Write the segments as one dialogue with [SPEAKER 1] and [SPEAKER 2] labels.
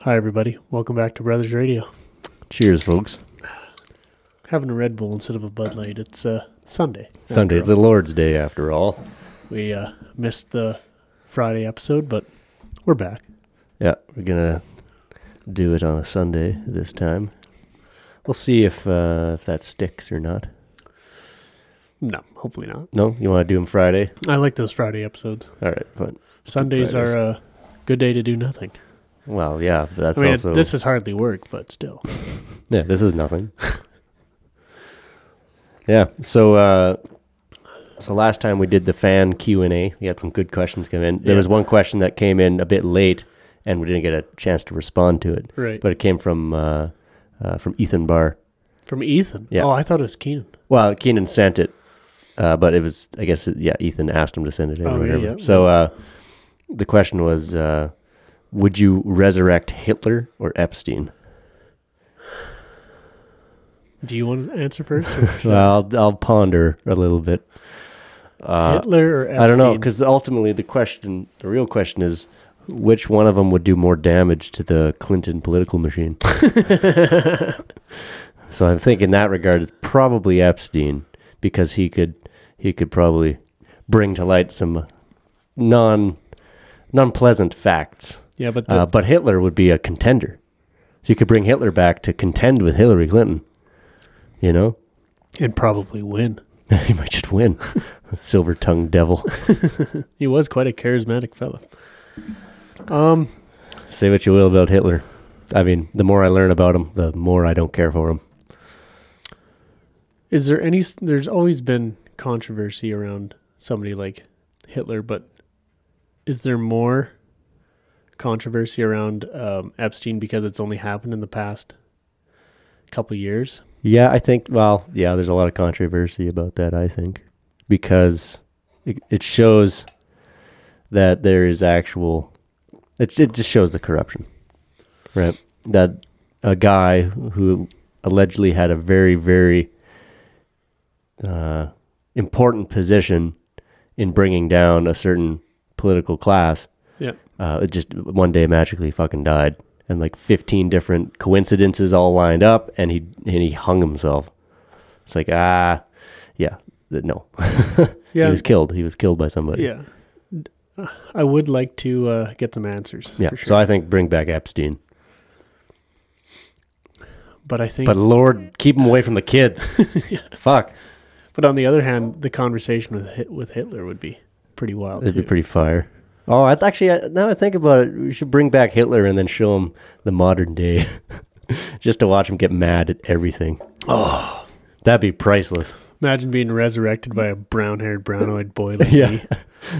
[SPEAKER 1] Hi, everybody. Welcome back to Brothers Radio.
[SPEAKER 2] Cheers, folks.
[SPEAKER 1] Having a Red Bull instead of a Bud Light. It's uh, Sunday.
[SPEAKER 2] Sunday's the Lord's Day, after all.
[SPEAKER 1] We uh, missed the Friday episode, but we're back.
[SPEAKER 2] Yeah, we're gonna do it on a Sunday this time. We'll see if uh, if that sticks or not.
[SPEAKER 1] No, hopefully not.
[SPEAKER 2] No, you want to do them Friday?
[SPEAKER 1] I like those Friday episodes.
[SPEAKER 2] All right, fine.
[SPEAKER 1] Sundays are a good day to do nothing.
[SPEAKER 2] Well, yeah, but that's
[SPEAKER 1] I mean, it-
[SPEAKER 2] also
[SPEAKER 1] this is hardly work, but still.
[SPEAKER 2] yeah, this is nothing. yeah. So uh, so last time we did the fan Q and A. We had some good questions come in. There
[SPEAKER 1] Yeah.
[SPEAKER 2] was one question that came in a bit late, and we didn't get a chance to respond to it.
[SPEAKER 1] Right.
[SPEAKER 2] But it came from uh, uh, from Ethan Barr.
[SPEAKER 1] From Ethan.
[SPEAKER 2] Yeah.
[SPEAKER 1] Oh, I thought it was Keenan.
[SPEAKER 2] Well, Keenan sent it, uh, but it was I guess it- yeah. Ethan asked him to send it in
[SPEAKER 1] Oh,
[SPEAKER 2] or
[SPEAKER 1] yeah,
[SPEAKER 2] whatever.
[SPEAKER 1] yeah.
[SPEAKER 2] So uh, the question was, uh, would you resurrect Hitler or Epstein?
[SPEAKER 1] Do you want to answer first? Or should I?
[SPEAKER 2] Well, I'll, I'll ponder a little bit. Uh,
[SPEAKER 1] Hitler or Epstein?
[SPEAKER 2] I don't know because ultimately the question, the real question is, which one of them would do more damage to the Clinton political machine? so I think in that regard, it's probably Epstein because he could he could probably bring to light some non non pleasant facts.
[SPEAKER 1] Yeah, but the,
[SPEAKER 2] Uh, but Hitler would be a contender, so you could bring Hitler back to contend with Hillary Clinton. You know,
[SPEAKER 1] and probably win.
[SPEAKER 2] he might just win. Silver tongued devil.
[SPEAKER 1] He was quite a charismatic fella. Um,
[SPEAKER 2] Say what you will about Hitler. I mean, the more I learn about him, the more I don't care for him.
[SPEAKER 1] Is there any? There's always been controversy around somebody like Hitler, but is there more controversy around um, Epstein because it's only happened in the past couple years?
[SPEAKER 2] Yeah, I think, well, yeah, there's a lot of controversy about that, I think, because it, it shows that there is actual, it, it just shows the corruption, right? That a guy who allegedly had a very, very uh, important position in bringing down a certain political class
[SPEAKER 1] Yeah,
[SPEAKER 2] uh, it just one day magically fucking died, and like fifteen different coincidences all lined up, and he and he hung himself. It's like ah, yeah, th- no,
[SPEAKER 1] yeah,
[SPEAKER 2] he was killed. He was killed by somebody.
[SPEAKER 1] yeah. I would like to uh, get some answers.
[SPEAKER 2] yeah.
[SPEAKER 1] for sure.
[SPEAKER 2] So I think bring back Epstein,
[SPEAKER 1] but I think,
[SPEAKER 2] but Lord, keep him away from the kids. Fuck,
[SPEAKER 1] but on the other hand, the conversation with Hit- with Hitler would be pretty wild.
[SPEAKER 2] it'd be
[SPEAKER 1] too.
[SPEAKER 2] pretty fire. Oh, I th- actually I- now I think about it, we should bring back Hitler and then show him the modern day, just to watch him get mad at everything. Oh, that'd be priceless.
[SPEAKER 1] Imagine being resurrected by a brown-haired, brown-eyed boy like
[SPEAKER 2] Yeah.
[SPEAKER 1] me.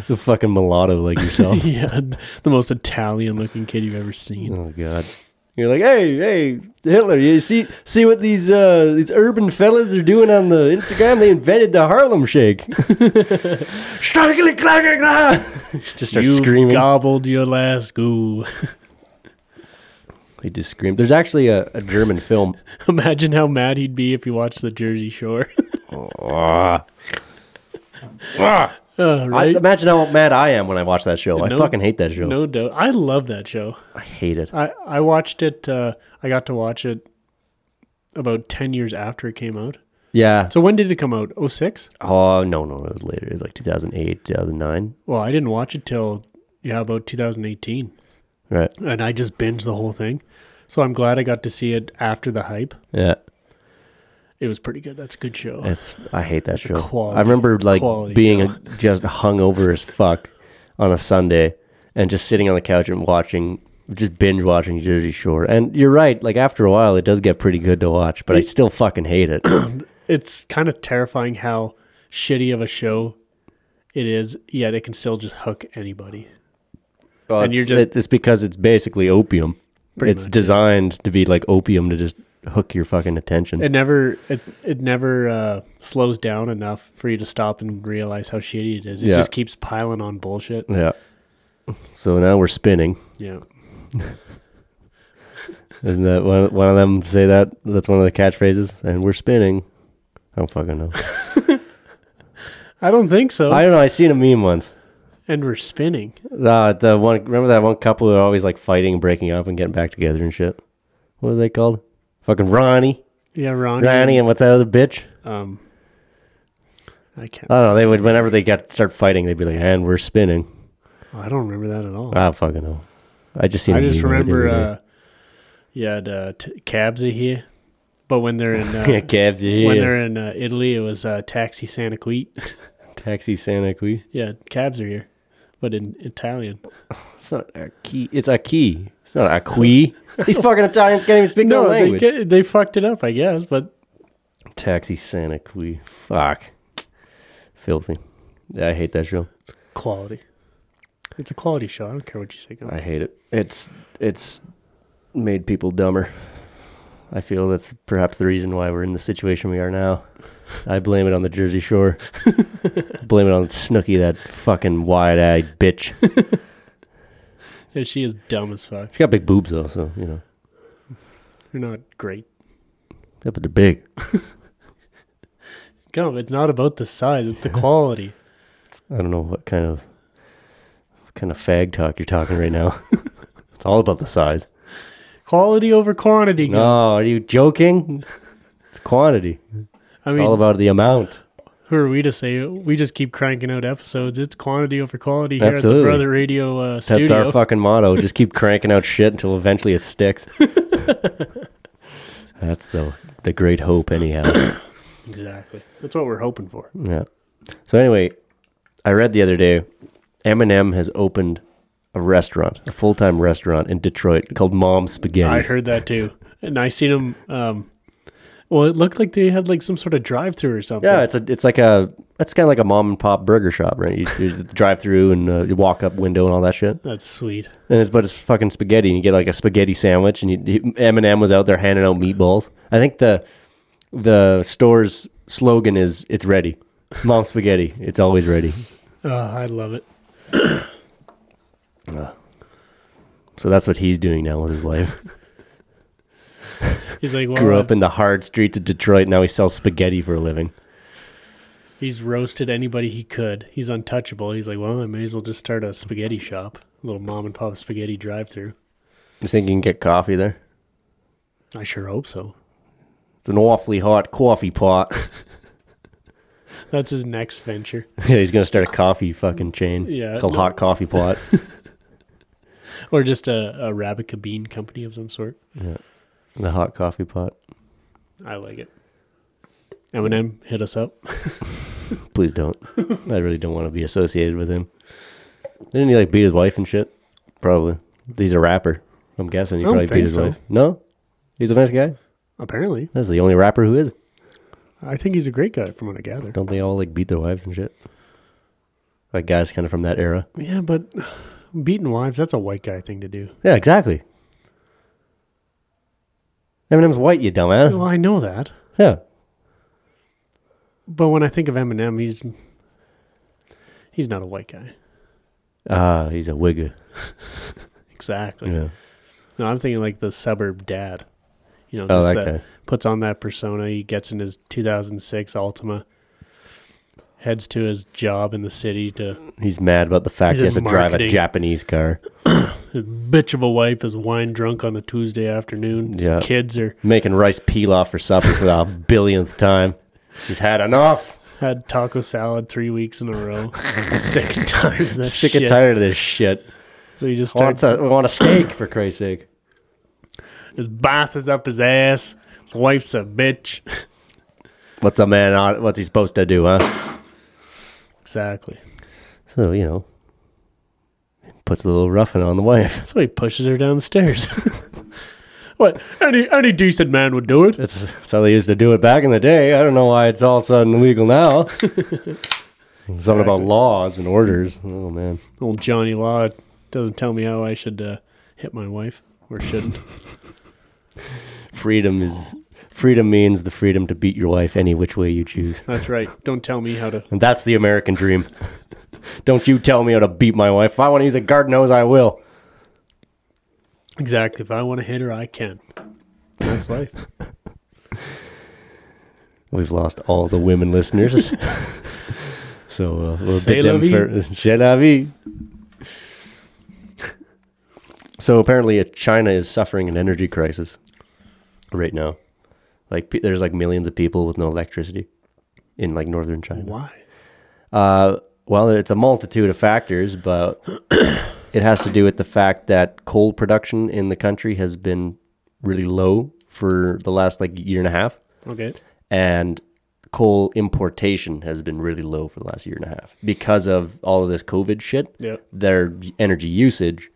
[SPEAKER 2] The fucking mulatto like yourself.
[SPEAKER 1] yeah, the most Italian looking kid you've ever seen.
[SPEAKER 2] Oh God. You're like, hey, hey, Hitler! You see, see what these uh, these urban fellas are doing on the Instagram? They invented the Harlem Shake. Starkly clanging, ah! Just start
[SPEAKER 1] you
[SPEAKER 2] screaming.
[SPEAKER 1] gobbled your last goo.
[SPEAKER 2] They just scream. There's actually a, a German film.
[SPEAKER 1] Imagine how mad he'd be if he watched the Jersey Shore.
[SPEAKER 2] Ah. Ah.
[SPEAKER 1] Uh,
[SPEAKER 2] I,
[SPEAKER 1] right?
[SPEAKER 2] imagine how mad I am when I watch that show. I
[SPEAKER 1] No-
[SPEAKER 2] fucking hate that show.
[SPEAKER 1] no doubt. I love that show.
[SPEAKER 2] I hate it.
[SPEAKER 1] I, I watched it, uh, I got to watch it about 10 years after it came out.
[SPEAKER 2] Yeah.
[SPEAKER 1] So when did it come out? 06?
[SPEAKER 2] Oh no, no, it was later. It was like 2008, 2009.
[SPEAKER 1] Well, I didn't watch it till, yeah, about 2018.
[SPEAKER 2] Right.
[SPEAKER 1] And I just binged the whole thing. So I'm glad I got to see it after the hype.
[SPEAKER 2] Yeah.
[SPEAKER 1] It was pretty good. That's a good show.
[SPEAKER 2] It's, I hate that show.
[SPEAKER 1] quality-
[SPEAKER 2] I remember like
[SPEAKER 1] quality
[SPEAKER 2] being a, just hungover as fuck on a Sunday and just sitting on the couch and watching, just binge watching Jersey Shore. And you're right, like after a while, it does get pretty good to watch, but I still fucking hate it.
[SPEAKER 1] it's kind of terrifying how shitty of a show it is, yet it can still just hook anybody.
[SPEAKER 2] Well,
[SPEAKER 1] And
[SPEAKER 2] it's,
[SPEAKER 1] you're just-
[SPEAKER 2] it- it's because it's basically opium.
[SPEAKER 1] Pretty
[SPEAKER 2] it's
[SPEAKER 1] much, yeah.
[SPEAKER 2] designed to be like opium to just hook your fucking attention.
[SPEAKER 1] It never it it never uh, slows down enough for you to stop and realize how shitty it is. It
[SPEAKER 2] Yeah.
[SPEAKER 1] just keeps piling on bullshit.
[SPEAKER 2] yeah. So now we're spinning.
[SPEAKER 1] Yeah.
[SPEAKER 2] Isn't that one, one of them say that? That's one of the catchphrases. And we're spinning. I don't fucking know.
[SPEAKER 1] I don't think so.
[SPEAKER 2] I don't know. I seen a meme once.
[SPEAKER 1] and we're spinning.
[SPEAKER 2] Uh, the one remember that one couple that are always like fighting, breaking up, and getting back together and shit. What are they called? Fucking Ronnie,
[SPEAKER 1] Yeah, Ronnie.
[SPEAKER 2] Ronnie, and what's that other bitch?
[SPEAKER 1] Um, I can't.
[SPEAKER 2] I don't know. They would whenever they got start fighting, they'd be like, "And we're spinning."
[SPEAKER 1] I don't remember that at all.
[SPEAKER 2] I don't fucking know. I just seen.
[SPEAKER 1] I
[SPEAKER 2] a
[SPEAKER 1] just
[SPEAKER 2] meme of it the
[SPEAKER 1] remember,
[SPEAKER 2] other
[SPEAKER 1] uh, you had uh, t- cabs here, but when they're in
[SPEAKER 2] day. yeah,
[SPEAKER 1] uh,
[SPEAKER 2] cabs. Yeah,
[SPEAKER 1] when they're in uh, Italy, it was uh, taxi Santa Queet.
[SPEAKER 2] taxi Santa Qui.
[SPEAKER 1] yeah, cabs are here, but in Italian.
[SPEAKER 2] It's not a key. It's a key. It's not a qui. These fucking Italians can't even speak
[SPEAKER 1] No,
[SPEAKER 2] their
[SPEAKER 1] they,
[SPEAKER 2] language.
[SPEAKER 1] get, they fucked it up, I guess. But
[SPEAKER 2] Taxi Santa Qui. Fuck. Filthy. Yeah, I hate that show.
[SPEAKER 1] quality. It's a quality show. I don't care what you say.
[SPEAKER 2] I hate it. It's it's made people dumber. I feel that's perhaps the reason why we're in the situation we are now. I blame it on the Jersey Shore. blame it on Snooky, that fucking wide-eyed bitch.
[SPEAKER 1] And she is dumb as fuck.
[SPEAKER 2] She got big boobs though, so you know.
[SPEAKER 1] You're not great.
[SPEAKER 2] Yeah, but they're big.
[SPEAKER 1] Go. It's not about the size. It's the quality.
[SPEAKER 2] I don't know what kind of what kind of fag talk you're talking right now. it's all about the size.
[SPEAKER 1] quality over quantity.
[SPEAKER 2] No,
[SPEAKER 1] guys.
[SPEAKER 2] are you joking? It's quantity.
[SPEAKER 1] I
[SPEAKER 2] It's
[SPEAKER 1] mean,
[SPEAKER 2] all about the amount.
[SPEAKER 1] who are we to say? it? We just keep cranking out episodes. It's quantity over quality here at
[SPEAKER 2] Absolutely.
[SPEAKER 1] the Brother Radio uh,
[SPEAKER 2] That's
[SPEAKER 1] studio.
[SPEAKER 2] our fucking motto. Just keep cranking out shit until eventually it sticks. That's the the great hope, anyhow.
[SPEAKER 1] exactly. That's what we're hoping for.
[SPEAKER 2] yeah. So anyway, I read the other day, Eminem has opened a restaurant, a full time restaurant in Detroit called Mom Spaghetti.
[SPEAKER 1] I heard that too, and I seen them. Um, well, it looked like they had like some sort of drive-through or something.
[SPEAKER 2] yeah, it's a it's like a it's kind of like a mom and pop burger shop, right? You, you drive through and uh, you walk up window and all that shit.
[SPEAKER 1] that's sweet.
[SPEAKER 2] And it's but it's fucking spaghetti. And you get like a spaghetti sandwich, and you, you, Eminem was out there handing out meatballs. I think the the store's slogan is "It's ready, Mom Spaghetti. It's always ready."
[SPEAKER 1] Oh, I love it.
[SPEAKER 2] So that's what he's doing now with his life.
[SPEAKER 1] He's like, well,
[SPEAKER 2] Grew up in the hard streets of Detroit. Now he sells spaghetti for a living.
[SPEAKER 1] he's roasted anybody he could. He's untouchable. He's like, well, I may as well just start a spaghetti shop, a little mom and pop spaghetti drive-through.
[SPEAKER 2] You think you can get coffee there?
[SPEAKER 1] I sure hope so.
[SPEAKER 2] It's an awfully hot coffee pot.
[SPEAKER 1] That's his next venture.
[SPEAKER 2] yeah, he's gonna start a coffee fucking chain.
[SPEAKER 1] Yeah,
[SPEAKER 2] called
[SPEAKER 1] no.
[SPEAKER 2] Hot Coffee Pot.
[SPEAKER 1] Or just a, a Arabica bean company of some sort.
[SPEAKER 2] the Hot Coffee Pot.
[SPEAKER 1] I like it. Eminem, hit us up.
[SPEAKER 2] Please don't. I really don't want to be associated with him. Didn't he like beat his wife and shit? Probably. He's a rapper. I'm guessing he
[SPEAKER 1] I don't
[SPEAKER 2] probably beat
[SPEAKER 1] think
[SPEAKER 2] his
[SPEAKER 1] so.
[SPEAKER 2] wife. No? He's a nice guy.
[SPEAKER 1] Apparently.
[SPEAKER 2] That's the only rapper who is.
[SPEAKER 1] I think he's a great guy from what I gather.
[SPEAKER 2] Don't they all like beat their wives and shit? Like guys kind of from that era.
[SPEAKER 1] Yeah, but beating wives, that's a white guy thing to do.
[SPEAKER 2] Yeah, exactly. Eminem's white, you dumbass.
[SPEAKER 1] Well, I know that.
[SPEAKER 2] Yeah.
[SPEAKER 1] But when I think of Eminem, he's he's not a white guy.
[SPEAKER 2] Ah, he's a wigger.
[SPEAKER 1] Exactly.
[SPEAKER 2] Yeah.
[SPEAKER 1] No, I'm thinking like the suburb dad. You know,
[SPEAKER 2] Oh,
[SPEAKER 1] just
[SPEAKER 2] that
[SPEAKER 1] that
[SPEAKER 2] guy.
[SPEAKER 1] puts on that persona. He gets in his 2006 Altima, heads to his job in the city to
[SPEAKER 2] He's mad about the fact
[SPEAKER 1] He's
[SPEAKER 2] he has to
[SPEAKER 1] in
[SPEAKER 2] drive a
[SPEAKER 1] marketing.
[SPEAKER 2] Japanese car.
[SPEAKER 1] his bitch of a wife is wine drunk on a Tuesday afternoon. His
[SPEAKER 2] Yeah.
[SPEAKER 1] kids are
[SPEAKER 2] Making rice pilaf for supper for the billionth time. He's had enough.
[SPEAKER 1] had taco salad three weeks in a row. Sick and tired of that
[SPEAKER 2] Sick
[SPEAKER 1] shit.
[SPEAKER 2] and tired of this shit.
[SPEAKER 1] So he just
[SPEAKER 2] I want
[SPEAKER 1] starts.
[SPEAKER 2] a, I want a steak for Christ's sake.
[SPEAKER 1] His boss is up his ass. His wife's a bitch.
[SPEAKER 2] What's a man? ought- What's he supposed to do, huh?
[SPEAKER 1] Exactly.
[SPEAKER 2] So you know, puts a little roughing on the wife.
[SPEAKER 1] So he pushes her down the stairs. what? Any any decent man would do it.
[SPEAKER 2] That's, that's how they used to do it back in the day. I don't know why it's all of a sudden illegal now. Something about laws and orders. Oh man,
[SPEAKER 1] Old Johnny Law doesn't tell me how I should uh, hit my wife or shouldn't.
[SPEAKER 2] freedom is freedom means the freedom to beat your wife any which way you choose,
[SPEAKER 1] That's right. Don't tell me how to.
[SPEAKER 2] and that's the American dream. don't you tell me how to beat my wife. If I want to use a garden hose, I will.
[SPEAKER 1] Exactly. If I want to hit her, I can. That's life.
[SPEAKER 2] We've lost all the women listeners. So uh, we'll
[SPEAKER 1] C'est
[SPEAKER 2] bid
[SPEAKER 1] la
[SPEAKER 2] them
[SPEAKER 1] vie.
[SPEAKER 2] for C'est la vie. So apparently, uh, China is suffering an energy crisis right now. Like, pe- there's like millions of people with no electricity in like northern China.
[SPEAKER 1] Why?
[SPEAKER 2] Uh, well, it's a multitude of factors, but it has to do with the fact that coal production in the country has been really low for the last like year and a half,
[SPEAKER 1] Okay.
[SPEAKER 2] and coal importation has been really low for the last year and a half because of all of this COVID shit.
[SPEAKER 1] Yeah.
[SPEAKER 2] Their energy usage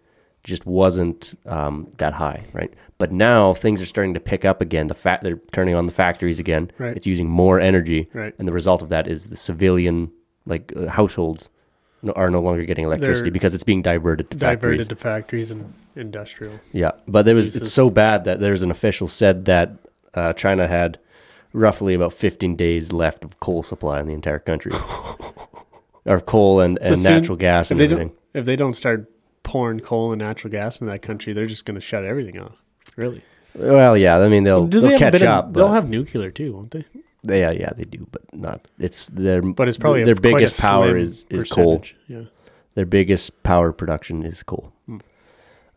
[SPEAKER 2] just wasn't um, that high, right? But now things are starting to pick up again. The fact they're turning on the factories again.
[SPEAKER 1] Right.
[SPEAKER 2] It's using more energy,
[SPEAKER 1] Right.
[SPEAKER 2] and the result of that is the civilian like uh, households no, are no longer getting electricity
[SPEAKER 1] They're
[SPEAKER 2] because it's being diverted to factories.
[SPEAKER 1] Diverted to factories and industrial.
[SPEAKER 2] Yeah, but there was it's
[SPEAKER 1] Pieces.
[SPEAKER 2] so bad that there's an official said that uh, China had roughly about 15 days left of coal supply in the entire country, or coal and,
[SPEAKER 1] So
[SPEAKER 2] and
[SPEAKER 1] soon-
[SPEAKER 2] natural gas
[SPEAKER 1] If
[SPEAKER 2] and
[SPEAKER 1] they
[SPEAKER 2] everything.
[SPEAKER 1] don't, if they don't start pouring coal and natural gas in that country, they're just going to shut everything off. Really?
[SPEAKER 2] Well, yeah, I mean they'll,
[SPEAKER 1] Do
[SPEAKER 2] they'll
[SPEAKER 1] they have a
[SPEAKER 2] catch
[SPEAKER 1] bit of-
[SPEAKER 2] up.
[SPEAKER 1] they'll
[SPEAKER 2] but-
[SPEAKER 1] have nuclear too, won't they?
[SPEAKER 2] yeah, yeah, they do, but not. It's their
[SPEAKER 1] But it's probably a-
[SPEAKER 2] their
[SPEAKER 1] quite a
[SPEAKER 2] biggest power
[SPEAKER 1] slim
[SPEAKER 2] is is coal.
[SPEAKER 1] percentage. Yeah.
[SPEAKER 2] Their biggest power production is coal.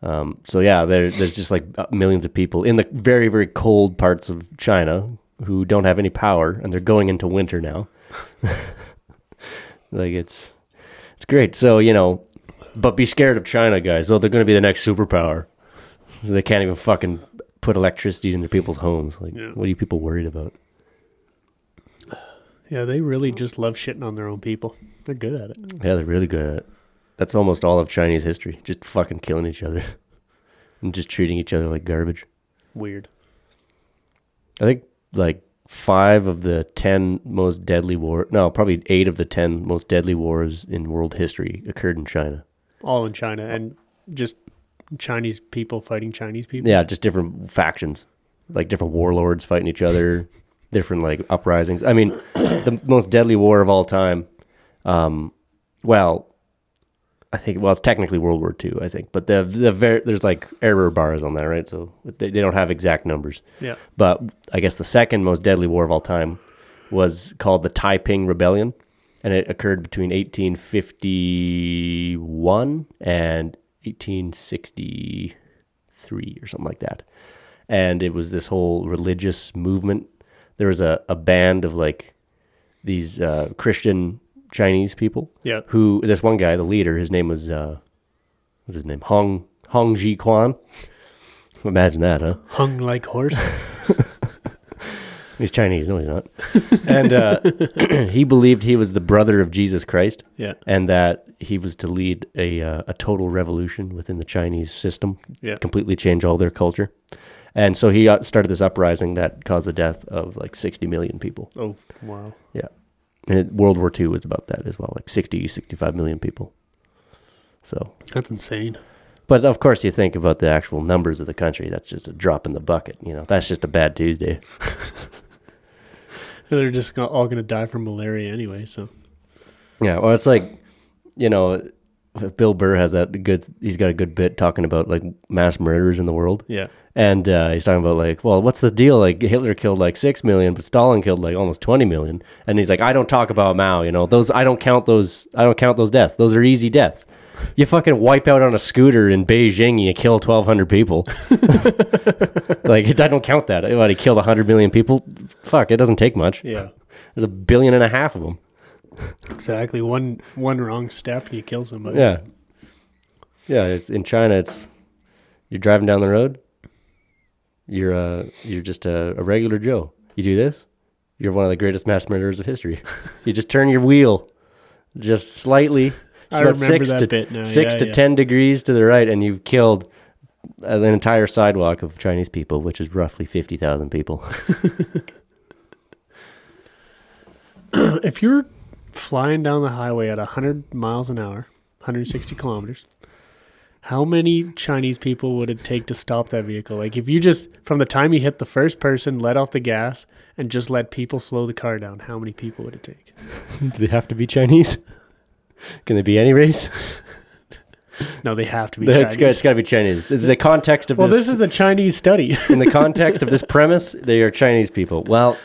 [SPEAKER 2] Um, so yeah, there, there's just like uh, millions of people in the very very cold parts of China who don't have any power, and they're going into winter now. like it's it's great. So you know, but be scared of China, guys. Oh, they're going to be the next superpower. They can't even fucking put electricity into people's homes. Like,
[SPEAKER 1] Yeah.
[SPEAKER 2] what are you people worried about?
[SPEAKER 1] Yeah, they really just love shitting on their own people. They're good at it.
[SPEAKER 2] Yeah, they're really good at it. That's almost all of Chinese history. Just fucking killing each other and just treating each other like garbage.
[SPEAKER 1] Weird.
[SPEAKER 2] I think like five of the 10 most deadly war, no, probably eight of the 10 most deadly wars in world history occurred in China.
[SPEAKER 1] All in China and just Chinese people fighting Chinese people.
[SPEAKER 2] Yeah, just different factions, like different warlords fighting each other, different like uprisings. I mean, the most deadly war of all time. Um, well, I think well, it's technically World War II, I think, but the the ver- there's like error bars on that, right? So they, they don't have exact numbers.
[SPEAKER 1] Yeah.
[SPEAKER 2] But I guess the second most deadly war of all time was called the Taiping Rebellion, and it occurred between 1851 and 1863 or something like that. And it was this whole religious movement. There was a, a band of like these uh, Christian Chinese people
[SPEAKER 1] Yeah.
[SPEAKER 2] who this one guy, the leader, his name was uh, what's his name Hong Hong Ji Quan. Imagine that, huh?
[SPEAKER 1] Hung like horse.
[SPEAKER 2] He's Chinese. No, he's not. and uh, he believed he was the brother of Jesus Christ
[SPEAKER 1] yeah.
[SPEAKER 2] and that he was to lead a, uh, a total revolution within the Chinese system,
[SPEAKER 1] Yeah.
[SPEAKER 2] completely change all their culture. And so he uh, started this uprising that caused the death of like 60 million people.
[SPEAKER 1] Oh, wow.
[SPEAKER 2] And it- World War II was about that as well, like 60, 65 million people. So,
[SPEAKER 1] That's insane.
[SPEAKER 2] but of course, you think about the actual numbers of the country. That's just a drop in the bucket. You know, that's just a bad Tuesday.
[SPEAKER 1] They're just go- all going to die from malaria anyway, so.
[SPEAKER 2] Yeah, well, it's like, you know, Bill Burr has that good. He's got a good bit talking about like mass murders in the world,
[SPEAKER 1] Yeah.
[SPEAKER 2] and uh, he's talking about like, well, what's the deal? Like Hitler killed like six million, but Stalin killed like almost twenty million, and he's like, I don't talk about Mao. You know, those I don't count those. I don't count those deaths. Those are easy deaths. You fucking wipe out on a scooter in Beijing and you kill twelve hundred people. like I don't count that. What, he killed hundred million people. Fuck, it doesn't take much.
[SPEAKER 1] Yeah.
[SPEAKER 2] There's a billion and a half of them.
[SPEAKER 1] Exactly. One one wrong step and you kill somebody.
[SPEAKER 2] Yeah. Yeah, it's in China it's you're driving down the road. You're uh you're just a, a regular Joe. You do this, you're one of the greatest mass murderers of history. you just turn your wheel just slightly
[SPEAKER 1] I
[SPEAKER 2] it's about
[SPEAKER 1] remember
[SPEAKER 2] six
[SPEAKER 1] that
[SPEAKER 2] to
[SPEAKER 1] bit now.
[SPEAKER 2] six
[SPEAKER 1] Yeah,
[SPEAKER 2] to
[SPEAKER 1] yeah.
[SPEAKER 2] ten degrees to the right and you've killed uh, an entire sidewalk of Chinese people, which is roughly fifty thousand people.
[SPEAKER 1] If you're flying down the highway at 100 miles an hour, 160 kilometers, how many Chinese people would it take to stop that vehicle? Like, if you just, from the time you hit the first person, let off the gas, and just let people slow the car down, how many people would it take?
[SPEAKER 2] do they have to be Chinese? Can they be any race?
[SPEAKER 1] No, they have to be
[SPEAKER 2] It's got- it's
[SPEAKER 1] Chinese.
[SPEAKER 2] got to be Chinese. It's the context of
[SPEAKER 1] Well,
[SPEAKER 2] this.
[SPEAKER 1] this is the Chinese study.
[SPEAKER 2] in the context of this premise, they are Chinese people. Well,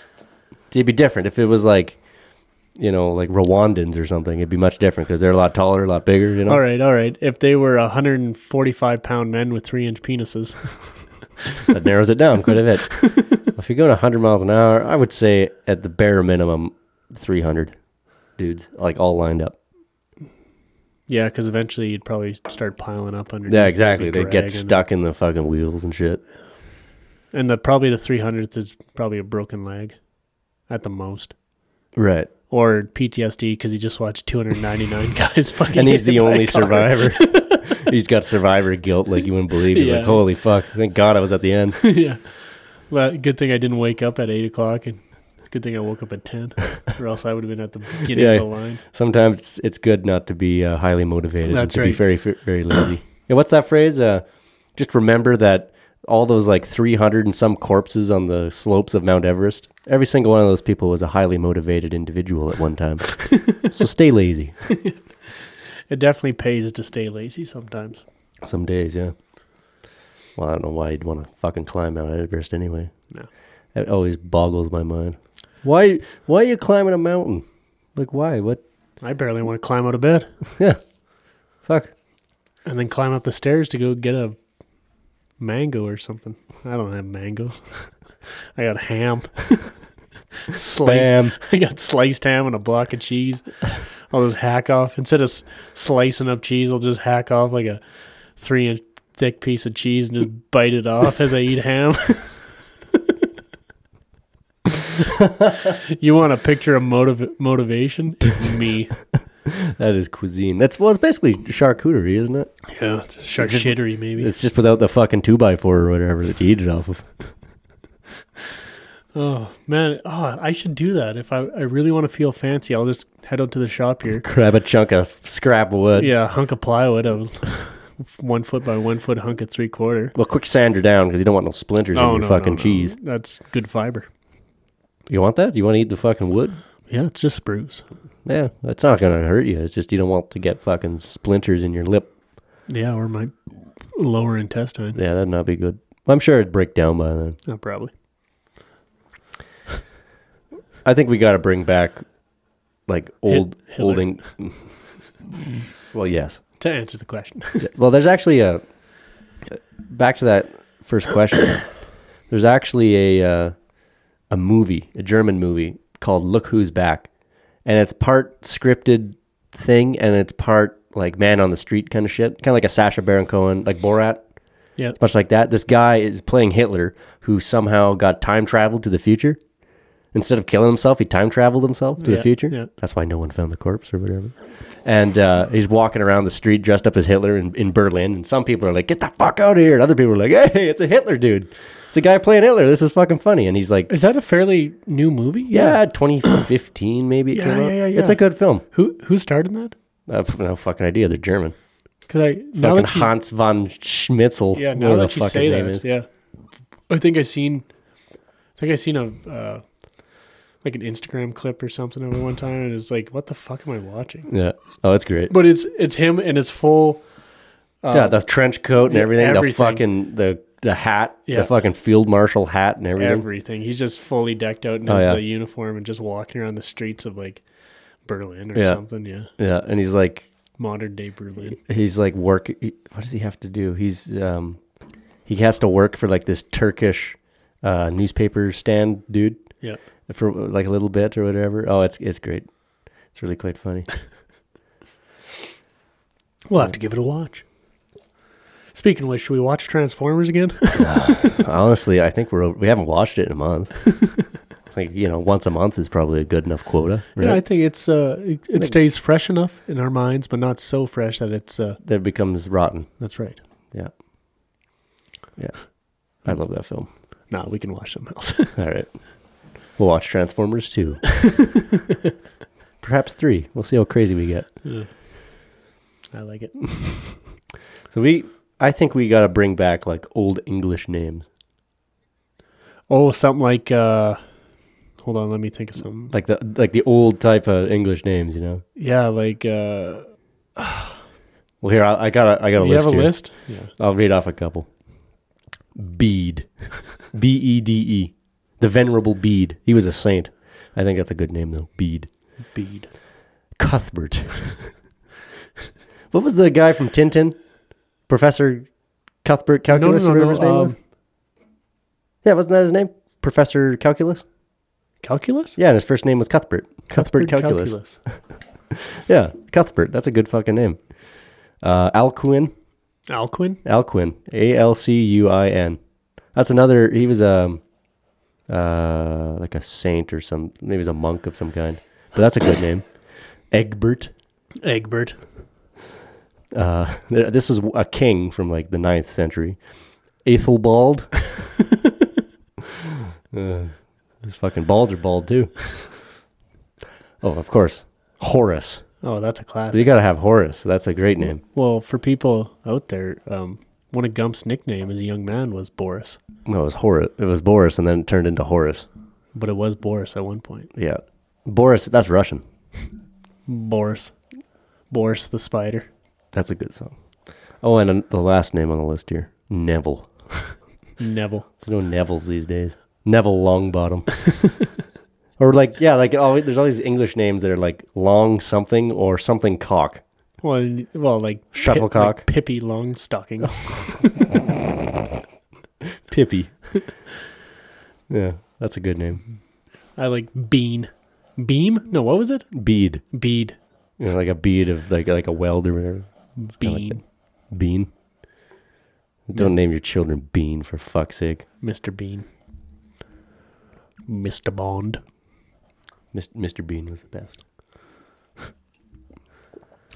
[SPEAKER 2] it'd be different if it was like you know, like Rwandans or something, it'd be much different because they're a lot taller, a lot bigger. You know,
[SPEAKER 1] All right, all right. If they were 145 pound men with three inch penises,
[SPEAKER 2] that narrows it down quite a bit. if you're going 100 miles an hour, I would say at the bare minimum 300 dudes, like all lined up.
[SPEAKER 1] yeah, because eventually you'd probably start piling up underneath.
[SPEAKER 2] Yeah, exactly. They
[SPEAKER 1] You'd be
[SPEAKER 2] get
[SPEAKER 1] dragging.
[SPEAKER 2] stuck in the fucking wheels and shit.
[SPEAKER 1] And the probably the 300th is probably a broken leg, at the most,
[SPEAKER 2] Right.
[SPEAKER 1] or PTSD because he just watched 299 guys fucking.
[SPEAKER 2] And he's
[SPEAKER 1] get hit
[SPEAKER 2] the
[SPEAKER 1] by a
[SPEAKER 2] only
[SPEAKER 1] car.
[SPEAKER 2] survivor. He's got survivor guilt like you wouldn't believe. He's
[SPEAKER 1] Yeah.
[SPEAKER 2] like, holy fuck. Thank God I was at the end.
[SPEAKER 1] yeah. Well, good thing I didn't wake up at eight o'clock, and good thing I woke up at ten, or else I would have been at the beginning
[SPEAKER 2] Yeah.
[SPEAKER 1] of the line.
[SPEAKER 2] Sometimes it's, it's good not to be uh, highly motivated and
[SPEAKER 1] That's
[SPEAKER 2] to be
[SPEAKER 1] right.
[SPEAKER 2] very, very, very lazy. and what's that phrase? Uh, just remember that all those like 300 and some corpses on the slopes of Mount Everest, every single one of those people was a highly motivated individual at one time. so stay lazy
[SPEAKER 1] It definitely pays to stay lazy sometimes.
[SPEAKER 2] some days, yeah. Well, I don't know why you'd want to fucking climb Mount Everest anyway.
[SPEAKER 1] No.
[SPEAKER 2] It always boggles my mind. Why, why are you climbing a mountain? Like, why? What?
[SPEAKER 1] I barely want to climb out of bed
[SPEAKER 2] Yeah. Fuck.
[SPEAKER 1] and then climb up the stairs to go get a mango or something. I don't have mangoes. I got ham. sliced,
[SPEAKER 2] Bam.
[SPEAKER 1] I got sliced ham and a block of cheese. I'll just hack off instead of s- slicing up cheese. I'll just hack off like a three inch thick piece of cheese and just bite it off as I eat ham. you want a picture of motiv- motivation? It's me.
[SPEAKER 2] That is cuisine. That's well, it's basically charcuterie, isn't it?
[SPEAKER 1] Yeah, it's charcuterie maybe.
[SPEAKER 2] It's just without the fucking two by four or whatever that you eat it off of.
[SPEAKER 1] Oh man, oh I should do that if I I really want to feel fancy. I'll just head out to the shop here.
[SPEAKER 2] Grab a chunk of scrap of wood.
[SPEAKER 1] Yeah, a hunk of plywood, a one foot by one foot hunk of three quarter. Oh,
[SPEAKER 2] Well, quick sander down because you don't want no splinters in your fucking cheese.
[SPEAKER 1] That's good fiber.
[SPEAKER 2] You want that? You want to eat the fucking wood?
[SPEAKER 1] Yeah, it's just spruce.
[SPEAKER 2] Yeah, that's not gonna hurt you. It's just you don't want to get fucking splinters in your lip.
[SPEAKER 1] Yeah, or my lower intestine.
[SPEAKER 2] Yeah, that'd not be good. I'm sure it'd break down by then.
[SPEAKER 1] Oh, probably.
[SPEAKER 2] I think we got to bring back like old
[SPEAKER 1] Hitler.
[SPEAKER 2] holding. well, yes.
[SPEAKER 1] To answer the question.
[SPEAKER 2] Well, there's actually a back to that first question. there's actually a uh, a movie, a German movie called Look Who's Back, and it's part scripted thing and it's part like man on the street kind of shit, kind of like a Sasha Baron Cohen, like Borat.
[SPEAKER 1] Yeah.
[SPEAKER 2] It's much like that. This guy is playing Hitler, who somehow got time traveled to the future. Instead of killing himself, he time traveled himself to
[SPEAKER 1] Yeah,
[SPEAKER 2] the future.
[SPEAKER 1] yeah.
[SPEAKER 2] That's why no one found the corpse or whatever. And uh, he's walking around the street dressed up as Hitler in, in Berlin. And some people are like, get the fuck out of here. And other people are like, hey, it's a Hitler dude. It's a guy playing Hitler. This is fucking funny. And he's like,
[SPEAKER 1] Is that a fairly new movie?
[SPEAKER 2] yeah, 2015 maybe it
[SPEAKER 1] Yeah,
[SPEAKER 2] came out.
[SPEAKER 1] yeah, yeah,
[SPEAKER 2] It's a
[SPEAKER 1] yeah.
[SPEAKER 2] good film.
[SPEAKER 1] Who who starred in that?
[SPEAKER 2] I have no fucking idea. They're German.
[SPEAKER 1] Because I now
[SPEAKER 2] Fucking
[SPEAKER 1] that you,
[SPEAKER 2] Hans von Schmitzel.
[SPEAKER 1] yeah now
[SPEAKER 2] whatever
[SPEAKER 1] that
[SPEAKER 2] the
[SPEAKER 1] you
[SPEAKER 2] fuck his
[SPEAKER 1] say
[SPEAKER 2] name
[SPEAKER 1] that
[SPEAKER 2] is.
[SPEAKER 1] yeah, I think I seen, I think I seen a uh, like an Instagram clip or something of it one time, and it's like, what the fuck am I watching?
[SPEAKER 2] Yeah. Oh, it's great.
[SPEAKER 1] But it's it's him and his full uh,
[SPEAKER 2] yeah, the trench coat and
[SPEAKER 1] yeah,
[SPEAKER 2] everything, the
[SPEAKER 1] everything.
[SPEAKER 2] fucking the the hat,
[SPEAKER 1] Yeah.
[SPEAKER 2] the fucking field marshal hat and everything.
[SPEAKER 1] everything. He's just fully decked out in
[SPEAKER 2] Oh,
[SPEAKER 1] his
[SPEAKER 2] yeah.
[SPEAKER 1] uh, uniform and just walking around the streets of like Berlin or
[SPEAKER 2] Yeah.
[SPEAKER 1] something. Yeah,
[SPEAKER 2] yeah, and he's like
[SPEAKER 1] modern day Berlin.
[SPEAKER 2] he's like work. he- What does he have to do? He's um he has to work for like this Turkish uh, newspaper stand dude
[SPEAKER 1] Yeah,
[SPEAKER 2] for like a little bit or whatever. Oh, it's it's great. It's really quite funny.
[SPEAKER 1] we'll have to give it a watch. Speaking of which, should we watch Transformers again?
[SPEAKER 2] Honestly, I think we're over, we haven't watched it in a month. I think you know once a month is probably a good enough quota. Right?
[SPEAKER 1] Yeah, I think it's uh, it, it stays fresh enough in our minds, but not so fresh that it's uh,
[SPEAKER 2] that becomes rotten.
[SPEAKER 1] that's right.
[SPEAKER 2] Yeah, yeah. I love that film.
[SPEAKER 1] No, we can watch something else.
[SPEAKER 2] All right. We'll watch Transformers 2. Perhaps 3. We'll see how crazy we get.
[SPEAKER 1] I like it.
[SPEAKER 2] So we I think we got to bring back like old English names.
[SPEAKER 1] Oh, something like uh, hold on, let me think of something.
[SPEAKER 2] Like the like the old type of English names, you know.
[SPEAKER 1] Yeah, like uh,
[SPEAKER 2] Well, here I, I got a I got a
[SPEAKER 1] do you
[SPEAKER 2] list
[SPEAKER 1] have a
[SPEAKER 2] here.
[SPEAKER 1] list? Yeah,
[SPEAKER 2] I'll read off a couple. Bede. B E D E. The venerable Bede. He was a saint. I think that's a good name though. Bede.
[SPEAKER 1] Bede.
[SPEAKER 2] Cuthbert. what was the guy from Tintin? Professor Cuthbert Calculus,
[SPEAKER 1] no,
[SPEAKER 2] or whatever
[SPEAKER 1] no,
[SPEAKER 2] his name was?
[SPEAKER 1] um,
[SPEAKER 2] Yeah, wasn't that his name? Professor Calculus?
[SPEAKER 1] Calculus?
[SPEAKER 2] Yeah, and his first name was Cuthbert. Cuthbert, Calculus. Yeah, Cuthbert. That's a good fucking name. Uh, Alcuin.
[SPEAKER 1] Alcuin?
[SPEAKER 2] Alcuin. A L C U I N. That's another. He was um, uh, like a saint or some. Maybe he's a monk of some kind. But that's a good name. Egbert.
[SPEAKER 1] Egbert.
[SPEAKER 2] Uh, th- this was a king from like the ninth century. Ethelbald. uh, these fucking balds are bald too. Oh, of course. Horace.
[SPEAKER 1] Oh, that's a classic.
[SPEAKER 2] You gotta have Horace. That's a great name.
[SPEAKER 1] Well, for people out there, um, one of Gump's nickname as a young man was Boris,
[SPEAKER 2] No, it was Horace. It was Boris, and then it turned into Horace.
[SPEAKER 1] but it was Boris at one point.
[SPEAKER 2] Yeah, Boris. That's Russian.
[SPEAKER 1] Boris, Boris the spider.
[SPEAKER 2] That's a good song. Oh, and uh, the last name on the list here, Neville.
[SPEAKER 1] Neville.
[SPEAKER 2] There's no Nevilles these days. Neville Longbottom. or like, yeah, like always, there's all these English names that are like long something or something cock.
[SPEAKER 1] Well, y- well, like Pi-
[SPEAKER 2] Shuttlecock.
[SPEAKER 1] like Pippi Longstockings.
[SPEAKER 2] Pippy. yeah, that's a good name.
[SPEAKER 1] I like Bean, Beam. No, what was it?
[SPEAKER 2] Bead.
[SPEAKER 1] Bead,
[SPEAKER 2] You know, like a bead of like like a weld or whatever. kinda like
[SPEAKER 1] Bean,
[SPEAKER 2] Bean. Don't name your children Bean for fuck's sake.
[SPEAKER 1] Mister Bean, Mister Bond.
[SPEAKER 2] Mis- Mr. Bean was the best.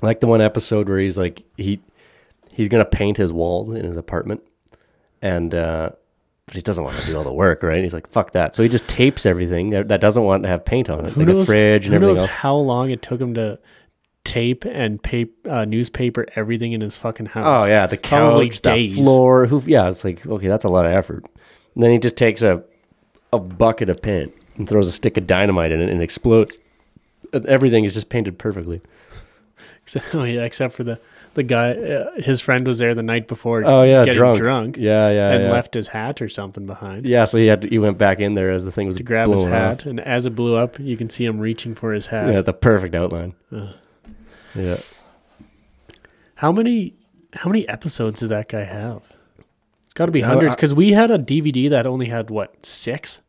[SPEAKER 2] I like the one episode where he's like he he's gonna paint his walls in his apartment, and uh, but he doesn't want to do all the work, right? He's like, "Fuck that!" So he just tapes everything that, that doesn't want to have paint on it, like a fridge and
[SPEAKER 1] who
[SPEAKER 2] everything
[SPEAKER 1] knows
[SPEAKER 2] else.
[SPEAKER 1] how long it took him to tape and pap- uh, newspaper everything in his fucking house?
[SPEAKER 2] Oh yeah, the
[SPEAKER 1] Probably
[SPEAKER 2] couch, the
[SPEAKER 1] days.
[SPEAKER 2] floor. Who? Yeah, it's like okay, that's a lot of effort. And then he just takes a a bucket of paint and throws a stick of dynamite in it and it explodes. Everything is just painted perfectly.
[SPEAKER 1] Except, oh, yeah, except for the the guy, uh, his friend was there the night before.
[SPEAKER 2] Oh yeah,
[SPEAKER 1] getting
[SPEAKER 2] drunk.
[SPEAKER 1] drunk,
[SPEAKER 2] Yeah, yeah,
[SPEAKER 1] and
[SPEAKER 2] yeah.
[SPEAKER 1] left his hat or something behind.
[SPEAKER 2] Yeah, so he had to, he went back in there as the thing was
[SPEAKER 1] To grab his
[SPEAKER 2] blowing
[SPEAKER 1] hat,
[SPEAKER 2] off.
[SPEAKER 1] and as it blew up, you can see him reaching for his hat.
[SPEAKER 2] Yeah, the perfect outline.
[SPEAKER 1] Ugh.
[SPEAKER 2] Yeah,
[SPEAKER 1] How many how many episodes did that guy have? It's got to be
[SPEAKER 2] Uh,
[SPEAKER 1] hundreds
[SPEAKER 2] I-
[SPEAKER 1] because we had a DVD that only had what six?